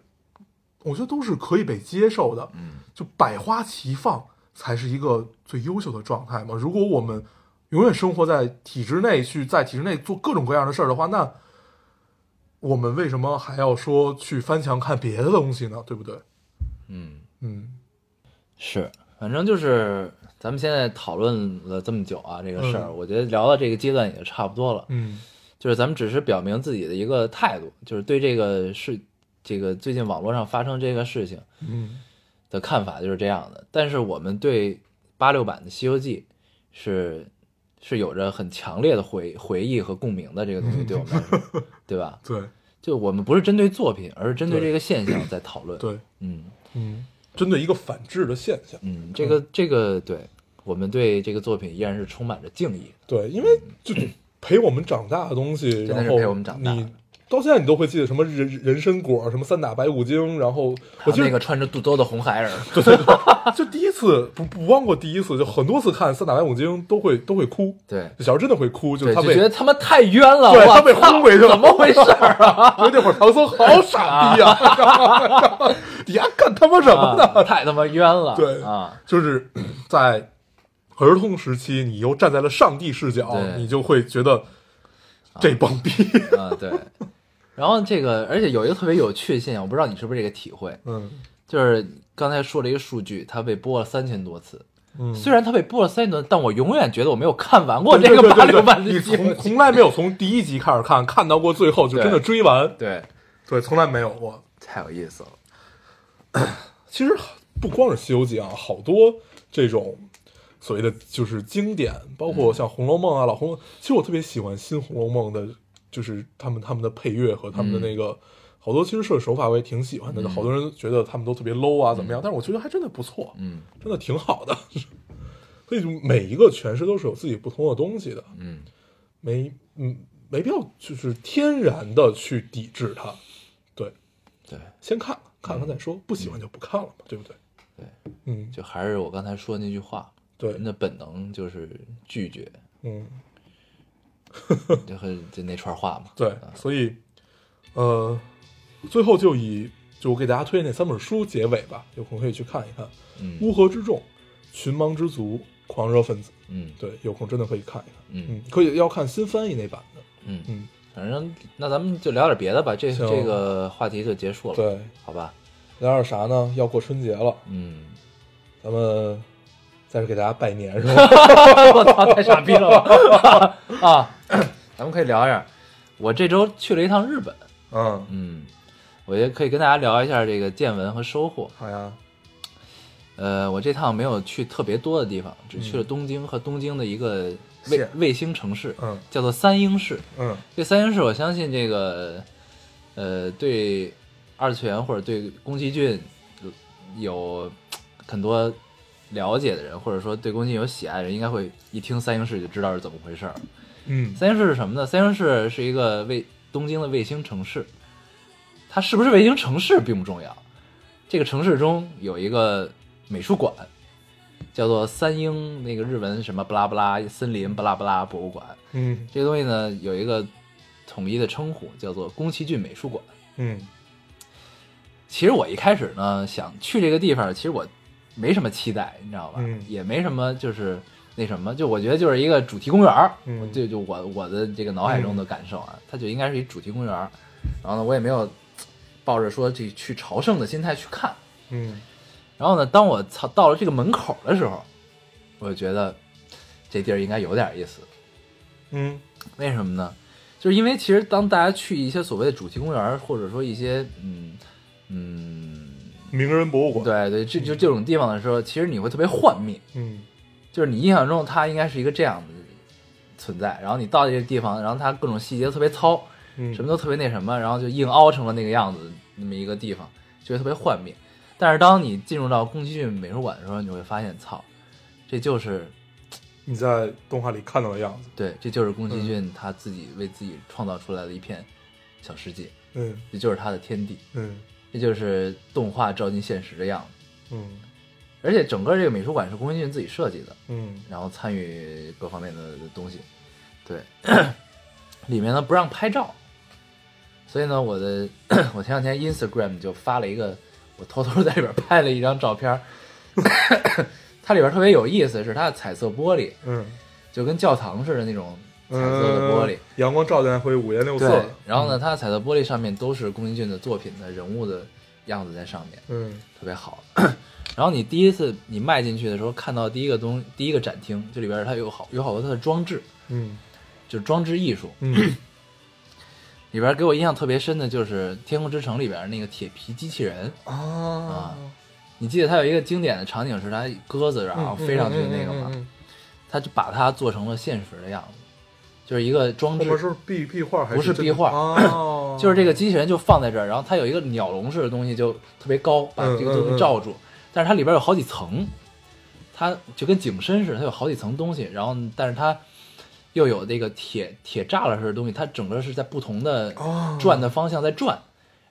Speaker 2: 我觉得都是可以被接受的，
Speaker 1: 嗯，
Speaker 2: 就百花齐放才是一个最优秀的状态嘛。如果我们永远生活在体制内，去在体制内做各种各样的事儿的话，那我们为什么还要说去翻墙看别的东西呢？对不对？
Speaker 1: 嗯，
Speaker 2: 嗯
Speaker 1: 是，反正就是咱们现在讨论了这么久啊，这个事儿，
Speaker 2: 嗯
Speaker 1: 我觉得聊到这个阶段也就差不多了，
Speaker 2: 嗯
Speaker 1: 就是咱们只是表明自己的一个态度，就是对这个事，这个最近网络上发生这个事情
Speaker 2: 嗯
Speaker 1: 的看法就是这样的，但是我们对八六版的《西游记》是。是有着很强烈的回回忆和共鸣的这个
Speaker 2: 嗯
Speaker 1: 东西，对我们来说， 对吧？
Speaker 2: 对
Speaker 1: 就我们不是针对作品，而是针对
Speaker 2: 对
Speaker 1: 这个现象在讨论。，
Speaker 2: 对，
Speaker 1: 嗯
Speaker 2: 嗯，针对一个反制的现象。
Speaker 1: 嗯，这个这个对，我们对这个作品依然是充满着敬意。
Speaker 2: 对，因为就陪我们长大的东西，
Speaker 1: 真的
Speaker 2: 然
Speaker 1: 是
Speaker 2: 后
Speaker 1: 陪我们长大
Speaker 2: 你到现在你都会记得什么人人参果，什么三打白骨精，然后我
Speaker 1: 还
Speaker 2: 记
Speaker 1: 有
Speaker 2: 得
Speaker 1: 那个穿着肚兜的红孩儿，
Speaker 2: 就第一次不不忘过第一次，就很多次看三打白骨精都会都会哭，
Speaker 1: 对
Speaker 2: 小时候真的会哭，就
Speaker 1: 对，
Speaker 2: 是他
Speaker 1: 就
Speaker 2: 被
Speaker 1: 觉得他妈太冤了，
Speaker 2: 对
Speaker 1: 我
Speaker 2: 他被
Speaker 1: 操
Speaker 2: 轰回去了
Speaker 1: 怎么回事 儿啊？
Speaker 2: 因为那会儿唐僧好 傻逼呀、啊，你丫干他妈什么呢？
Speaker 1: 啊太他妈冤了，
Speaker 2: 对
Speaker 1: 啊，
Speaker 2: 就是在儿童时期，你又站在了上帝视角，
Speaker 1: 对
Speaker 2: 你就会觉得这帮 逼，
Speaker 1: 啊对。然后这个，而且有一个特别有趣的现象，我不知道你是不是这个体会，
Speaker 2: 嗯
Speaker 1: 就是刚才说了一个数据，它被播了三千多次。
Speaker 2: 嗯，
Speaker 1: 虽然它被播了三千多，但我永远觉得我没有看完过
Speaker 2: 对
Speaker 1: 这个
Speaker 2: 对对
Speaker 1: 八
Speaker 2: 对
Speaker 1: 六版的
Speaker 2: 你
Speaker 1: 西游
Speaker 2: 从
Speaker 1: 记
Speaker 2: 从来没有从第一集开始看，看到过最后就真的
Speaker 1: 对
Speaker 2: 追完，
Speaker 1: 对，
Speaker 2: 对，从来没有过。
Speaker 1: 太有意思了。
Speaker 2: 其实不光是《西游记》啊，好多这种所谓的就是经典，包括像《红楼梦》啊、老红楼梦》，其实我特别喜欢新《红楼梦》的，就是他们他们的配乐和他们的那个。好多其实设计手法我也挺喜欢的，好多人觉得他们都特别 low 啊，怎么样？但是我觉得还真的不错，
Speaker 1: 嗯
Speaker 2: 真的挺好的。 所以就每一个诠释都是有自己不同的东西的，
Speaker 1: 嗯，
Speaker 2: 没嗯没必要就是天然的去抵制它。对，
Speaker 1: 对，
Speaker 2: 先看看看再说，不喜欢就不看了嘛，对不对？
Speaker 1: 嗯对，
Speaker 2: 嗯，
Speaker 1: 就还是我刚才说那句话，
Speaker 2: 对，
Speaker 1: 人的本能就是拒 绝，
Speaker 2: 嗯，
Speaker 1: 就和就那串话嘛。
Speaker 2: 对，所以，呃，最后就以就我给大家推荐那三本书结尾吧，有空可以去看一看，
Speaker 1: 嗯
Speaker 2: 乌合之众》《群盲之族》《狂热分子》，
Speaker 1: 嗯
Speaker 2: 对，有空真的可以看一看，
Speaker 1: 嗯
Speaker 2: 嗯，可以要看新翻译那版的，
Speaker 1: 嗯，
Speaker 2: 嗯，
Speaker 1: 反正那咱们就聊点别的吧，这
Speaker 2: 行
Speaker 1: 这个话题就结束了，
Speaker 2: 对，
Speaker 1: 好吧？
Speaker 2: 聊点啥呢？要过春节了，
Speaker 1: 嗯，
Speaker 2: 咱们在这给大家拜年是 吧？
Speaker 1: 我操，太傻逼了 吧啊！ 咱们可以聊一下，我这周去了一趟日本，
Speaker 2: 嗯，
Speaker 1: 嗯，我也可以跟大家聊一下这个见闻和收获。
Speaker 2: 好呀，
Speaker 1: 呃，我这趟没有去特别多的地方，只去了东京和东京的一个卫
Speaker 2: 县
Speaker 1: 卫星城市，
Speaker 2: 嗯
Speaker 1: 叫做三英市。
Speaker 2: 嗯
Speaker 1: 这三英市，我相信这个，呃，对二次元或者对宫崎骏有很多了解的人，或者说对宫崎骏有喜爱的人，应该会一听三英市就知道是怎么回事儿。
Speaker 2: 嗯
Speaker 1: 三英市是什么呢？三英市是一个卫东京的卫星城市，它是不是卫星城市并不重要。这个城市中有一个美术馆，叫做三英那个日文什么不拉不拉森林不拉不拉博物馆。
Speaker 2: 嗯
Speaker 1: 这个东西呢有一个统一的称呼，叫做宫崎骏美术馆。
Speaker 2: 嗯
Speaker 1: 其实我一开始呢想去这个地方，其实我没什么期待，你知道吧？
Speaker 2: 嗯
Speaker 1: 也没什么就是那什么，就我觉得就是一个主题公园儿。
Speaker 2: 嗯
Speaker 1: 我就就我我的这个脑海中的感受啊，它就应该是一主题公园儿。然后呢，我也没有抱着说这去朝圣的心态去看。
Speaker 2: 嗯
Speaker 1: 然后呢，当我操到了这个门口的时候，我就觉得这地儿应该有点意思。
Speaker 2: 嗯
Speaker 1: 为什么呢？就是因为其实当大家去一些所谓的主题公园儿，或者说一些嗯嗯
Speaker 2: 名人博物馆，
Speaker 1: 对对，这就这种地方的时候，其实你会特别幻灭，
Speaker 2: 嗯
Speaker 1: 就是你印象中它应该是一个这样的存在，然后你到这个地方，然后它各种细节特别糙，
Speaker 2: 嗯，
Speaker 1: 什么都特别那什么，然后就硬凹成了那个样子，那么一个地方，就会特别幻灭。但是当你进入到宫崎骏美术馆的时候，你会发现，操，这就是
Speaker 2: 你在动画里看到的样子。
Speaker 1: 对，这就是宫崎骏他自己为自己创造出来的一片小世界，
Speaker 2: 嗯
Speaker 1: 这就是他的天地，
Speaker 2: 嗯
Speaker 1: 这就是动画照进现实的样子。
Speaker 2: 嗯
Speaker 1: 而且整个这个美术馆是宫崎骏自己设计的，
Speaker 2: 嗯
Speaker 1: 然后参与各方面的东西。对， 里面呢不让拍照，所以呢，我的 我前两天 Instagram 就发了一个，我偷偷在里边拍了一张照片儿，它里边特别有意思，是它的彩色玻璃，
Speaker 2: 嗯，
Speaker 1: 就跟教堂似的那种彩色的玻璃。
Speaker 2: 嗯阳光照进来会五颜六色
Speaker 1: 对
Speaker 2: 的。，
Speaker 1: 然后呢，它的彩色玻璃上面都是宫崎骏的作品的人物的样子在上面，
Speaker 2: 嗯
Speaker 1: 特别好。 然后你第一次你迈进去的时候，看到第一个东第一个展厅，这里边它有好有好多它的装置，
Speaker 2: 嗯
Speaker 1: 就是装置艺术
Speaker 2: 嗯
Speaker 1: 里边给我印象特别深的就是《天空之城》里边那个铁皮机器人。
Speaker 2: 啊
Speaker 1: 啊，你记得它有一个经典的场景是它鸽子然后飞上去的那个
Speaker 2: 嘛，
Speaker 1: 吗？
Speaker 2: 嗯
Speaker 1: 它就把它做成了现实的样子，就是一个装
Speaker 2: 嗯嗯
Speaker 1: 置
Speaker 2: 我，们是壁壁画还
Speaker 1: 不是
Speaker 2: 真
Speaker 1: 壁画，
Speaker 2: 哦
Speaker 1: 就是这个机器人就放在这儿，然后它有一个鸟笼式的东西就特别高，把这个
Speaker 2: 嗯
Speaker 1: 东西罩住，但是它里边有好几层，它就跟景深似的，它有好几层东西，然后但是它又有那个铁铁栅栏似的东西，它整个是在不同的
Speaker 2: 哦
Speaker 1: 转的方向在转，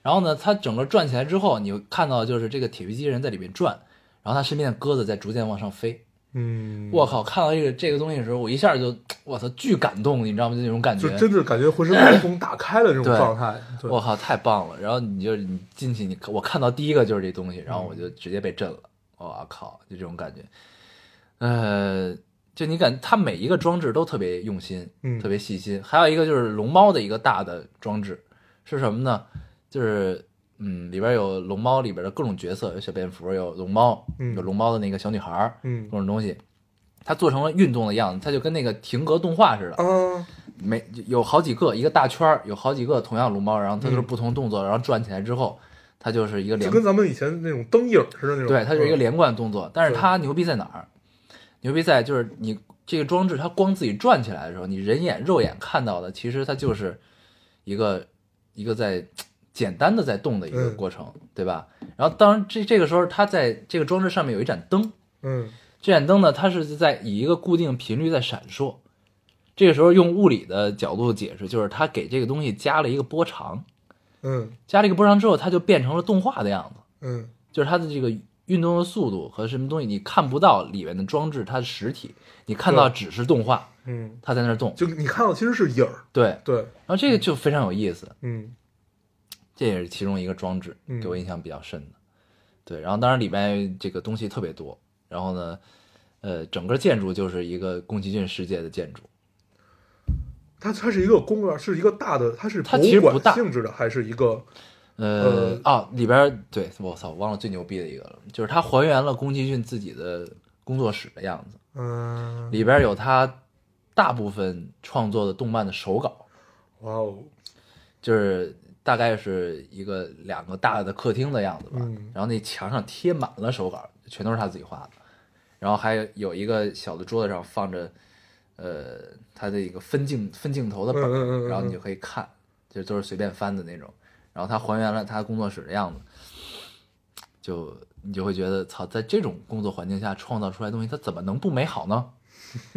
Speaker 1: 然后呢，它整个转起来之后，你看到就是这个铁皮机器人在里面转，然后它身边的鸽子在逐渐往上飞。
Speaker 2: 嗯，
Speaker 1: 我靠！看到这个这个东西的时候，我一下就我操，巨感动，你知道吗？就那种感觉，
Speaker 2: 就真是感觉浑身毛孔打开了这种
Speaker 1: 对
Speaker 2: 状态。对
Speaker 1: 我靠，太棒了！然后你就你进去，你我看到第一个就是这东西，然后我
Speaker 2: 嗯
Speaker 1: 就直接被震了。我、靠，就这种感觉。呃，就你感，它每一个装置都特别用心，
Speaker 2: 嗯
Speaker 1: 特别细心。还有一个就是龙猫的一个大的装置是什么呢？就是嗯，里边有龙猫里边的各种角色，有小蝙蝠，有龙猫，
Speaker 2: 嗯
Speaker 1: 有龙猫的那个小女孩儿，
Speaker 2: 嗯
Speaker 1: 各种东西。它做成了运动的样子，它就跟那个停格动画似的，
Speaker 2: 啊，
Speaker 1: 每有好几个一个大圈儿，有好几个同样龙猫，然后它就是
Speaker 2: 嗯
Speaker 1: 不同动作，然后转起来之后，它就是一个
Speaker 2: 就
Speaker 1: 连
Speaker 2: 跟咱们以前那种灯影似的那种。
Speaker 1: 对，它就是一个
Speaker 2: 嗯
Speaker 1: 连贯动作。但是
Speaker 2: 是
Speaker 1: 它牛逼在哪儿？牛逼在就是你这个装置，它光自己转起来的时候，你人眼肉眼看到的，其实它就是一个一个在简单的在动的一个
Speaker 2: 嗯
Speaker 1: 过程，对吧？然后当然这这个时候，它在这个装置上面有一盏灯，
Speaker 2: 嗯
Speaker 1: 这盏灯呢，它是在以一个固定频率在闪烁。这个时候用物理的角度解释，就是它给这个东西加了一个波长，
Speaker 2: 嗯
Speaker 1: 加了一个波长之后，它就变成了动画的样子，
Speaker 2: 嗯
Speaker 1: 就是它的这个运动的速度和什么东西，你看不到里面的装置它的实体，你看到只是动画，
Speaker 2: 嗯，
Speaker 1: 它在那儿动。
Speaker 2: 就你看到其实是影儿，
Speaker 1: 对，
Speaker 2: 对，
Speaker 1: 然后这个就非常有意思，
Speaker 2: 嗯
Speaker 1: 这也是其中一个装置
Speaker 2: 嗯
Speaker 1: 给我印象比较深的。对，然后当然里面这个东西特别多，然后呢，呃，整个建筑就是一个宫崎骏世界的建筑。
Speaker 2: 它它是一个公园，是一个大的，它是
Speaker 1: 它
Speaker 2: 博
Speaker 1: 其实
Speaker 2: 物
Speaker 1: 不
Speaker 2: 馆
Speaker 1: 大
Speaker 2: 性质的，还是一个
Speaker 1: 呃啊，里边儿对我操，忘了最牛逼的一个了，就是他还原了宫崎骏自己的工作室的样子，
Speaker 2: 嗯，
Speaker 1: 里边儿有他大部分创作的动漫的手稿，
Speaker 2: 哇哦，
Speaker 1: 就是大概是一个两个大的客厅的样子吧，
Speaker 2: 嗯
Speaker 1: 然后那墙上贴满了手稿，全都是他自己画的，然后还有有一个小的桌子上放着，呃，他的一个分镜分镜头的本儿，
Speaker 2: 嗯嗯嗯嗯嗯
Speaker 1: 然后你就可以看，就都是随便翻的那种，然后他还原了他工作室的样子，就你就会觉得操，在这种工作环境下创造出来的东西，它怎么能不美好呢？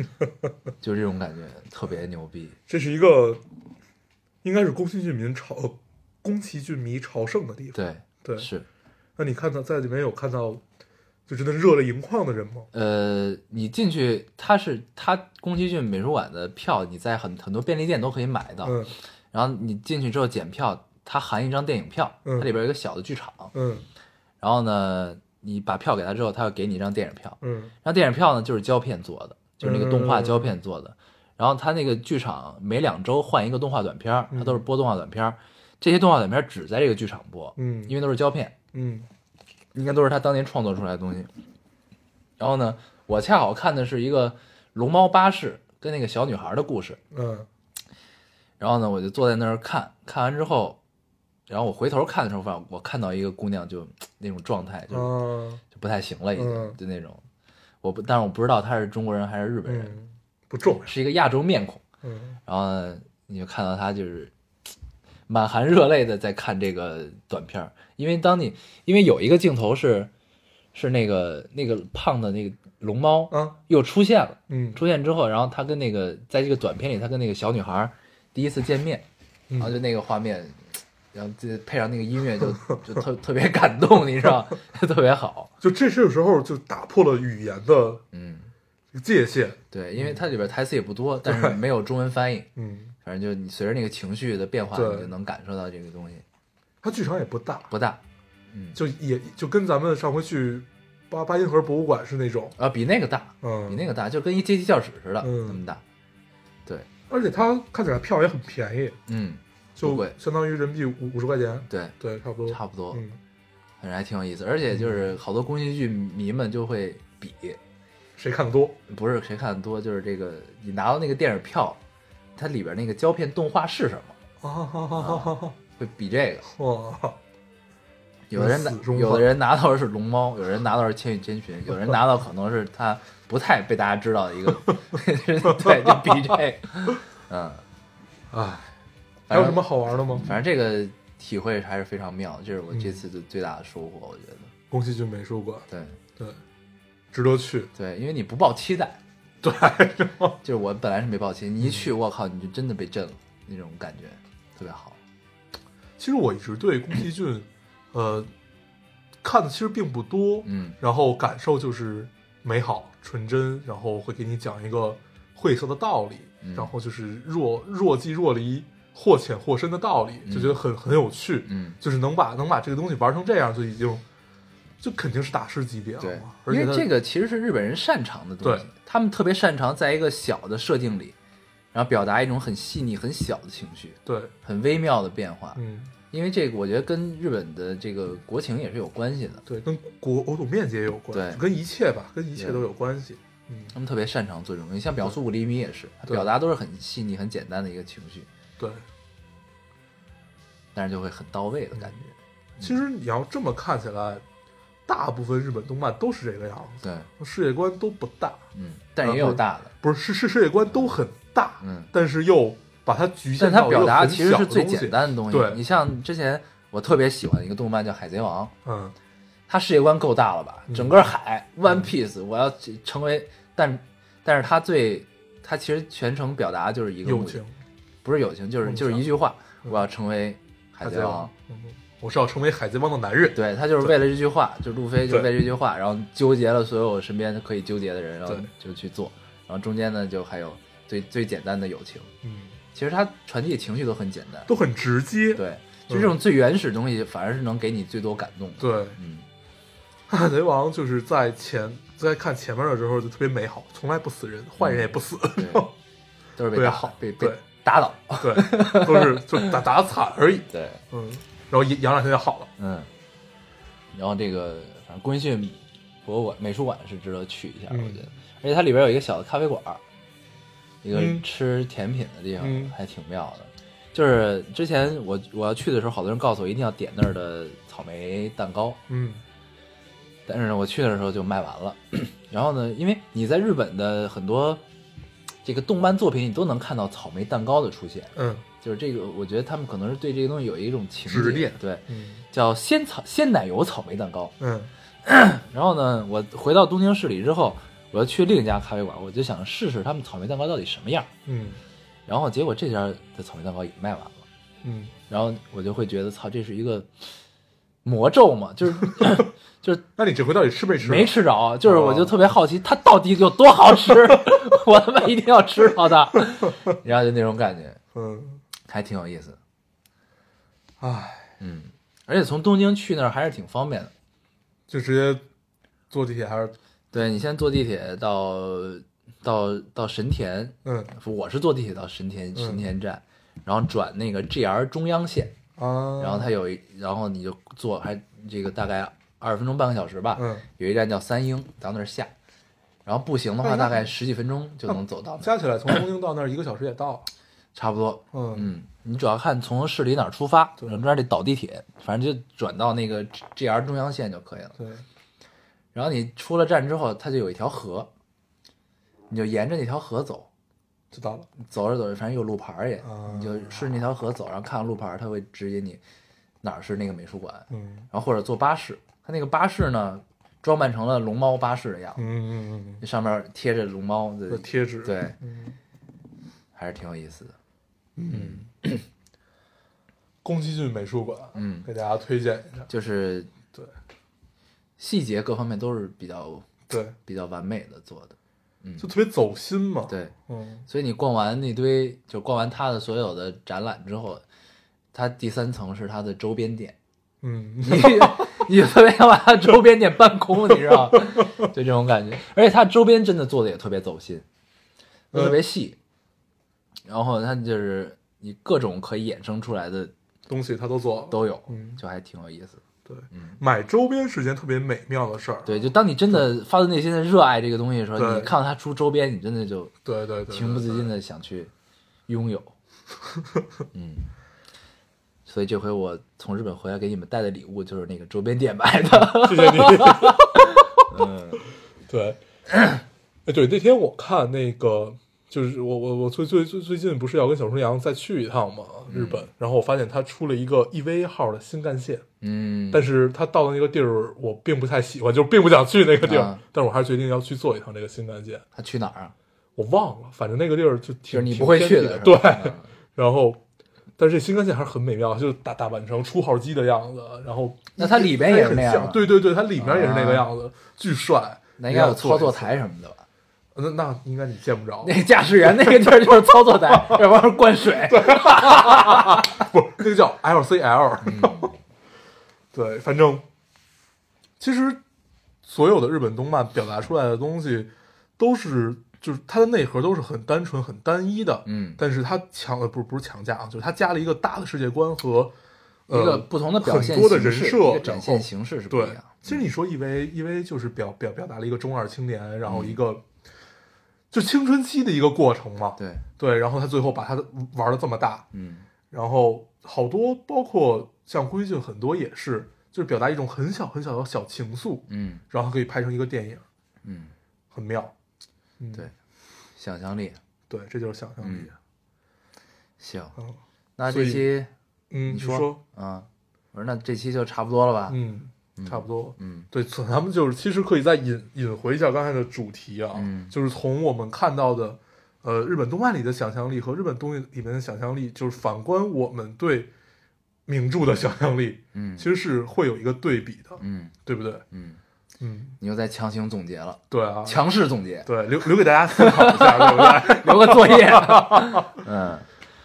Speaker 1: 就这种感觉特别牛逼，
Speaker 2: 这是一个应该是宫崎骏民朝宫崎骏迷朝圣的地方。
Speaker 1: 对，
Speaker 2: 对，
Speaker 1: 是。
Speaker 2: 那你看到在里面有看到就真的热泪盈眶的人吗？
Speaker 1: 呃，你进去，它是它宫崎骏美术馆的票，你在很很多便利店都可以买到。
Speaker 2: 嗯
Speaker 1: 然后你进去之后检票，它含一张电影票，
Speaker 2: 嗯
Speaker 1: 它里边有一个小的剧场。
Speaker 2: 嗯
Speaker 1: 然后呢，你把票给他之后，他会给你一张电影票。
Speaker 2: 嗯
Speaker 1: 然后电影票呢就是胶片做的，就是那个动画
Speaker 2: 嗯
Speaker 1: 胶片做的。然后他那个剧场每两周换一个动画短片儿，它都是播动画短片儿。这些动画短片儿只在这个剧场播，
Speaker 2: 嗯
Speaker 1: 因为都是胶片。
Speaker 2: 嗯
Speaker 1: 应该都是他当年创作出来的东西。然后呢，我恰好看的是一个龙猫巴士跟那个小女孩的故事。
Speaker 2: 嗯
Speaker 1: 然后呢，我就坐在那儿看，看完之后，然后我回头看的时候，发现我看到一个姑娘就那种状态就
Speaker 2: 啊
Speaker 1: 就不太行了，已
Speaker 2: 嗯
Speaker 1: 经就那种，我不，但是我不知道她是中国人还是日本人，
Speaker 2: 嗯，不重要。
Speaker 1: 是一个亚洲面孔。
Speaker 2: 嗯
Speaker 1: 然后呢你就看到他就是满含热泪的在看这个短片儿，因为当你因为有一个镜头是是那个那个胖的那个龙猫
Speaker 2: 啊，
Speaker 1: 又出现了。
Speaker 2: 嗯
Speaker 1: 出现之后，然后他跟那个在这个短片里，他跟那个小女孩儿第一次见面，
Speaker 2: 嗯
Speaker 1: 然后就那个画面，然后就配上那个音乐就，就特 特别感动，你知道， 特别好。
Speaker 2: 就这是有时候就打破了语言的
Speaker 1: 嗯，
Speaker 2: 界限，
Speaker 1: 对，因为它里边台词也不多，但是没有中文翻译，
Speaker 2: 嗯，
Speaker 1: 反正就你随着那个情绪的变化，
Speaker 2: 对
Speaker 1: 你就能感受到这个东西
Speaker 2: 它剧场也不大，
Speaker 1: 不大。嗯，
Speaker 2: 就也就跟咱们上回去巴巴音河博物馆是那种，
Speaker 1: 啊，比那个大，
Speaker 2: 嗯，
Speaker 1: 比那个大，就跟一阶梯教室似的，
Speaker 2: 嗯
Speaker 1: 那么大。对，
Speaker 2: 而且它看起来票也很便宜，
Speaker 1: 嗯，不
Speaker 2: 就
Speaker 1: 贵
Speaker 2: 相当于人民币五五十块钱，
Speaker 1: 对，
Speaker 2: 对，差不多，
Speaker 1: 差不多。
Speaker 2: 嗯，
Speaker 1: 反正还挺有意思，而且就是好多宫崎骏迷们就会比，
Speaker 2: 谁看的多？
Speaker 1: 不是谁看的多，就是这个你拿到那个电影票，它里边那个胶片动画是什么，
Speaker 2: 啊哈哈哈哈哈！
Speaker 1: 会比这个。
Speaker 2: 哇，
Speaker 1: 有的人拿
Speaker 2: 死忠，粉
Speaker 1: 有的人拿到的是龙猫，有人拿到的是《千与千寻》，有人拿到可能是他不太被大家知道的一个， 对，就比这个，嗯，
Speaker 2: 哎，还
Speaker 1: 反
Speaker 2: 有
Speaker 1: 正
Speaker 2: 什么？好玩的吗？
Speaker 1: 反正这个体会还是非常妙，这是
Speaker 2: 嗯
Speaker 1: 我这次的最大的收获，我觉得。
Speaker 2: 宫崎骏美术馆，
Speaker 1: 对
Speaker 2: 对，值得去，
Speaker 1: 对，因为你不抱期待，
Speaker 2: 对，嗯
Speaker 1: 就是我本来是没抱期，你一去，我靠，你就真的被震了，那种感觉特别好。
Speaker 2: 哦其实我一直对宫崎骏，呃，看的其实并不多，
Speaker 1: 嗯
Speaker 2: 然后感受就是美好、纯真，然后会给你讲一个晦涩的道理，
Speaker 1: 嗯
Speaker 2: 然后就是若若即若离、或浅或深的道理，就觉得很很有趣，
Speaker 1: 嗯，
Speaker 2: 就是能把能把这个东西玩成这样，就已经就肯定是大师级别了
Speaker 1: 对
Speaker 2: 嘛，。而
Speaker 1: 因为
Speaker 2: 且它
Speaker 1: 这个其实是日本人擅长的东西
Speaker 2: 对，
Speaker 1: 他们特别擅长在一个小的设定里，然后表达一种很细腻、很小的情绪，
Speaker 2: 对，
Speaker 1: 很微妙的变化。
Speaker 2: 嗯，
Speaker 1: 因为这个，我觉得跟日本的这个国情也是有关系的，
Speaker 2: 对，跟国国土面积也有关，
Speaker 1: 对
Speaker 2: 跟一切吧，跟一切
Speaker 1: 对
Speaker 2: 都有关系，嗯，
Speaker 1: 他们特别擅长做这种东西。像《秒速五厘米》也是，它
Speaker 2: 对
Speaker 1: 表达都是很细腻、很简单的一个情绪，
Speaker 2: 对。
Speaker 1: 但是就会很到位的感觉。
Speaker 2: 嗯
Speaker 1: 嗯
Speaker 2: 其实你要这么看起来，大部分日本动漫都是这个样子，
Speaker 1: 对，
Speaker 2: 世界观都不大，
Speaker 1: 嗯，但也有大的，
Speaker 2: 不是是是世界观都很大，
Speaker 1: 嗯，
Speaker 2: 但是又把它局
Speaker 1: 但
Speaker 2: 限
Speaker 1: 它
Speaker 2: 到一个
Speaker 1: 表达
Speaker 2: 很
Speaker 1: 其实
Speaker 2: 小
Speaker 1: 是
Speaker 2: 的
Speaker 1: 最
Speaker 2: 东西
Speaker 1: 简，单的东西。
Speaker 2: 对
Speaker 1: 你像之前我特别喜欢一个动漫叫《海贼王》，
Speaker 2: 嗯，
Speaker 1: 他世界观够大了吧？整个海、One Piece，我要成为，但但是他最他其实全程表达就是一个
Speaker 2: 友
Speaker 1: 目的
Speaker 2: 情，
Speaker 1: 不是友情，就是
Speaker 2: 梦想嗯
Speaker 1: 就是一句话，我要成为海
Speaker 2: 海
Speaker 1: 贼王
Speaker 2: 王。，嗯我是要成为海贼王的男人，
Speaker 1: 对他就是为了这句话，就路飞就
Speaker 2: 对
Speaker 1: 为这句话，然后纠结了所有身边可以纠结的人，然后
Speaker 2: 对
Speaker 1: 就去做，然后中间呢就还有最最简单的友情，
Speaker 2: 嗯，
Speaker 1: 其实他传递的情绪都很简单，
Speaker 2: 都很直接，
Speaker 1: 对，就这种最原始的东西反而是能给你最多感动的，
Speaker 2: 嗯对，
Speaker 1: 嗯，
Speaker 2: 海贼王就是在前在看前面的时候就特别美好，从来不死人，坏人也不死，
Speaker 1: 对，都是被
Speaker 2: 啊对
Speaker 1: 打
Speaker 2: 好
Speaker 1: 被被
Speaker 2: 对
Speaker 1: 打倒，
Speaker 2: 对，都是就打打惨而已，
Speaker 1: 对，
Speaker 2: 嗯，然后养两天就好了，
Speaker 1: 嗯，然后这个反正宫崎骏博物馆美术馆是值得去一下，
Speaker 2: 嗯
Speaker 1: 我觉得，而且它里边有一个小的咖啡馆儿，一个
Speaker 2: 嗯
Speaker 1: 吃甜品的地方，
Speaker 2: 嗯
Speaker 1: 还挺妙的。就是之前我我要去的时候，好多人告诉我一定要点那儿的草莓蛋糕，
Speaker 2: 嗯，
Speaker 1: 但是呢，我去的时候就卖完了。 然后呢，因为你在日本的很多这个动漫作品，你都能看到草莓蛋糕的出现，
Speaker 2: 嗯
Speaker 1: 就是这个，我觉得他们可能是对这个东西有一种情
Speaker 2: 执
Speaker 1: 节
Speaker 2: 念，
Speaker 1: 对，
Speaker 2: 嗯
Speaker 1: 叫鲜草鲜奶油草莓蛋糕。
Speaker 2: 嗯
Speaker 1: 然后呢，我回到东京市里之后，我要去另一家咖啡馆，我就想试试他们草莓蛋糕到底什么样。
Speaker 2: 嗯
Speaker 1: 然后结果这家的草莓蛋糕也卖完了，
Speaker 2: 嗯，
Speaker 1: 然后我就会觉得，操，这是一个魔咒嘛，就是就是
Speaker 2: 那你这回到底吃没吃？
Speaker 1: 没，吃着，就是我就特别好奇它到底有多好吃，我他妈一定要吃到它，然后就那种感觉
Speaker 2: 嗯，
Speaker 1: 还挺有意思，
Speaker 2: 唉，
Speaker 1: 嗯，而且从东京去那儿还是挺方便的，
Speaker 2: 就直接坐地铁还是
Speaker 1: 对你先坐地铁到到到神田，
Speaker 2: 嗯
Speaker 1: 我是坐地铁到神田
Speaker 2: 嗯
Speaker 1: 神田站，然后转那个 JR 中央线，
Speaker 2: 啊，
Speaker 1: 然后它有一，然后你就坐还这个大概二十分钟半个小时吧，
Speaker 2: 嗯，
Speaker 1: 有一站叫三英，到那儿下，然后步行的话
Speaker 2: 哎那哦
Speaker 1: 大概十几分钟就能走到那儿，
Speaker 2: 加起来从东京到那儿一个小时也到了，
Speaker 1: 差不多。
Speaker 2: 嗯
Speaker 1: 嗯，你主要看从市里哪儿出发，中间得倒地铁，反正就转到那个 JR 中央线就可以了。
Speaker 2: 对，
Speaker 1: 然后你出了站之后，它就有一条河，你就沿着那条河走，
Speaker 2: 就到了，
Speaker 1: 走着走着，反正有路牌儿也，
Speaker 2: 啊
Speaker 1: 你就顺着那条河走，然后看看路牌儿，它会指引你哪儿是那个美术馆，
Speaker 2: 嗯
Speaker 1: 然后或者坐巴士，它那个巴士呢，装扮成了龙猫巴士的样子，
Speaker 2: 嗯嗯嗯
Speaker 1: 上面贴着龙猫
Speaker 2: 嗯，的
Speaker 1: 的，
Speaker 2: 贴纸，
Speaker 1: 对，
Speaker 2: 嗯，
Speaker 1: 还是挺有意思的。
Speaker 2: 宫崎骏美术馆，
Speaker 1: 嗯
Speaker 2: 给大家推荐一下，
Speaker 1: 就是
Speaker 2: 对
Speaker 1: 细节各方面都是比较
Speaker 2: 对，
Speaker 1: 比较完美的做的。
Speaker 2: 就特别走心嘛，，
Speaker 1: 嗯对，
Speaker 2: 嗯，
Speaker 1: 所以你逛完那堆，就逛完他的所有的展览之后，他第三层是他的周边店，
Speaker 2: 嗯，
Speaker 1: 你 你就特别想把他周边店搬空，你知道吗？就这种感觉。而且他周边真的做的也特别走心，
Speaker 2: 嗯
Speaker 1: 特别细，然后他就是你各种可以衍生出来的
Speaker 2: 东西他都做了，
Speaker 1: 都有，
Speaker 2: 嗯
Speaker 1: 就还挺有意思的。
Speaker 2: 对，买周边是件特别美妙的事儿，
Speaker 1: 对，就当你真的发自内心的热爱这个东西的时候，
Speaker 2: 对
Speaker 1: 你看到他出周边，你真的就
Speaker 2: 对对对，
Speaker 1: 情不自禁
Speaker 2: 的，
Speaker 1: 的想去拥有。嗯，所以这回我从日本回来给你们带的礼物就是那个周边店买的。
Speaker 2: 谢谢你，
Speaker 1: 嗯
Speaker 2: 对，哎，对，那天我看那个，就是我我我最最最最近不是要跟小春阳再去一趟嘛，
Speaker 1: 嗯
Speaker 2: 日本，然后我发现他出了一个 EVA 号的新干线，
Speaker 1: 嗯，
Speaker 2: 但是他到的那个地儿我并不太喜欢，就是并不想去那个地儿，
Speaker 1: 啊
Speaker 2: 但是我还是决定要去坐一趟这个新干线，
Speaker 1: 他去哪儿啊？
Speaker 2: 我忘了，反正那个地儿就
Speaker 1: 就
Speaker 2: 挺
Speaker 1: 是你
Speaker 2: 挺
Speaker 1: 不会
Speaker 2: 偏
Speaker 1: 去
Speaker 2: 僻
Speaker 1: 的
Speaker 2: 的，
Speaker 1: 是
Speaker 2: 对
Speaker 1: 吧，嗯
Speaker 2: 然后。但是这新干线还是很美妙，就是大大阪城出号机的样子，然后
Speaker 1: 那它里边也
Speaker 2: 也
Speaker 1: 是那样
Speaker 2: 很像
Speaker 1: 吗
Speaker 2: 对对对，它里面也是那个
Speaker 1: 啊
Speaker 2: 样子，巨帅。
Speaker 1: 那应该有
Speaker 2: 你要坐
Speaker 1: 操
Speaker 2: 一
Speaker 1: 作
Speaker 2: 次
Speaker 1: 台什么的吧？
Speaker 2: 那那应该你见不着，
Speaker 1: 那驾驶员那个地儿就是操作台，要不然是灌水。
Speaker 2: 不是那个叫 LCL，、对，反正其实所有的日本动漫表达出来的东西都是，就是它的内核都是很单纯、很单一的，
Speaker 1: 嗯
Speaker 2: 但是它强呃不是不是强加啊，就是它加了一个大的世界观和呃
Speaker 1: 一个不同的表现
Speaker 2: 很多的
Speaker 1: 形
Speaker 2: 人
Speaker 1: 式
Speaker 2: 设
Speaker 1: 一个展现
Speaker 2: 然后
Speaker 1: 形式是不
Speaker 2: 对
Speaker 1: 一样，嗯
Speaker 2: 其实你说 EVA，EVA 就是表表表达了一个中二青年，然后一个、就青春期的一个过程嘛，
Speaker 1: 对，
Speaker 2: 对，然后他最后把它玩的这么大，
Speaker 1: 嗯
Speaker 2: 然后好多包括像规矩很多也是，就是表达一种很小很小的小情愫，
Speaker 1: 嗯
Speaker 2: 然后可以拍成一个电影，
Speaker 1: 嗯，
Speaker 2: 很妙。嗯，
Speaker 1: 对嗯想象力
Speaker 2: 对，这就是想象力。
Speaker 1: 行。
Speaker 2: 嗯
Speaker 1: 那
Speaker 2: 所
Speaker 1: 这
Speaker 2: 以
Speaker 1: 期
Speaker 2: 嗯，
Speaker 1: 你
Speaker 2: 你
Speaker 1: 说啊，我说那这期就差不多了吧？
Speaker 2: 嗯，差不多。
Speaker 1: 嗯
Speaker 2: 对，所以咱们就是其实可以再引引回一下刚才的主题啊，
Speaker 1: 嗯
Speaker 2: 就是从我们看到的，呃，日本动漫里的想象力和日本东西里面的想象力，就是反观我们对名著的想象力，
Speaker 1: 嗯
Speaker 2: 其实是会有一个对比的，
Speaker 1: 嗯
Speaker 2: 对不对？
Speaker 1: 嗯，
Speaker 2: 嗯，
Speaker 1: 你又在强行总结了，
Speaker 2: 对啊，
Speaker 1: 强势总结，
Speaker 2: 对，留留给大家思考一下，对不 对？
Speaker 1: 留个作 业。嗯，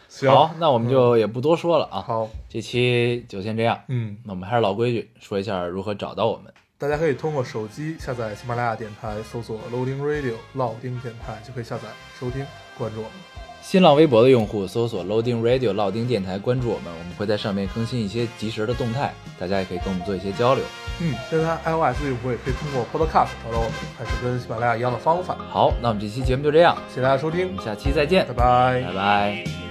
Speaker 2: 行，嗯
Speaker 1: 好，那我们就也不多说了啊，
Speaker 2: 好，
Speaker 1: 这期就先这样。
Speaker 2: 嗯，
Speaker 1: 那我们还是老规矩，说一下如何找到我们。
Speaker 2: 大家可以通过手机下载喜马拉雅电台，搜索 Loading Radio 老丁电台，就可以下载收听，关注我们。
Speaker 1: 新浪微博的用户搜索 Loading Radio 老丁电台，关注我们，我们会在上面更新一些及时的动态，大家也可以跟我们做一些交流。
Speaker 2: 嗯，现在 iOS 用户也可以通过 Podcast 找到我们，还是跟喜马拉雅一样的方法。
Speaker 1: 好，那我们这期节目就这样，
Speaker 2: 谢谢大家收
Speaker 1: 我
Speaker 2: 听
Speaker 1: 们，下期再见，
Speaker 2: 拜拜
Speaker 1: 拜拜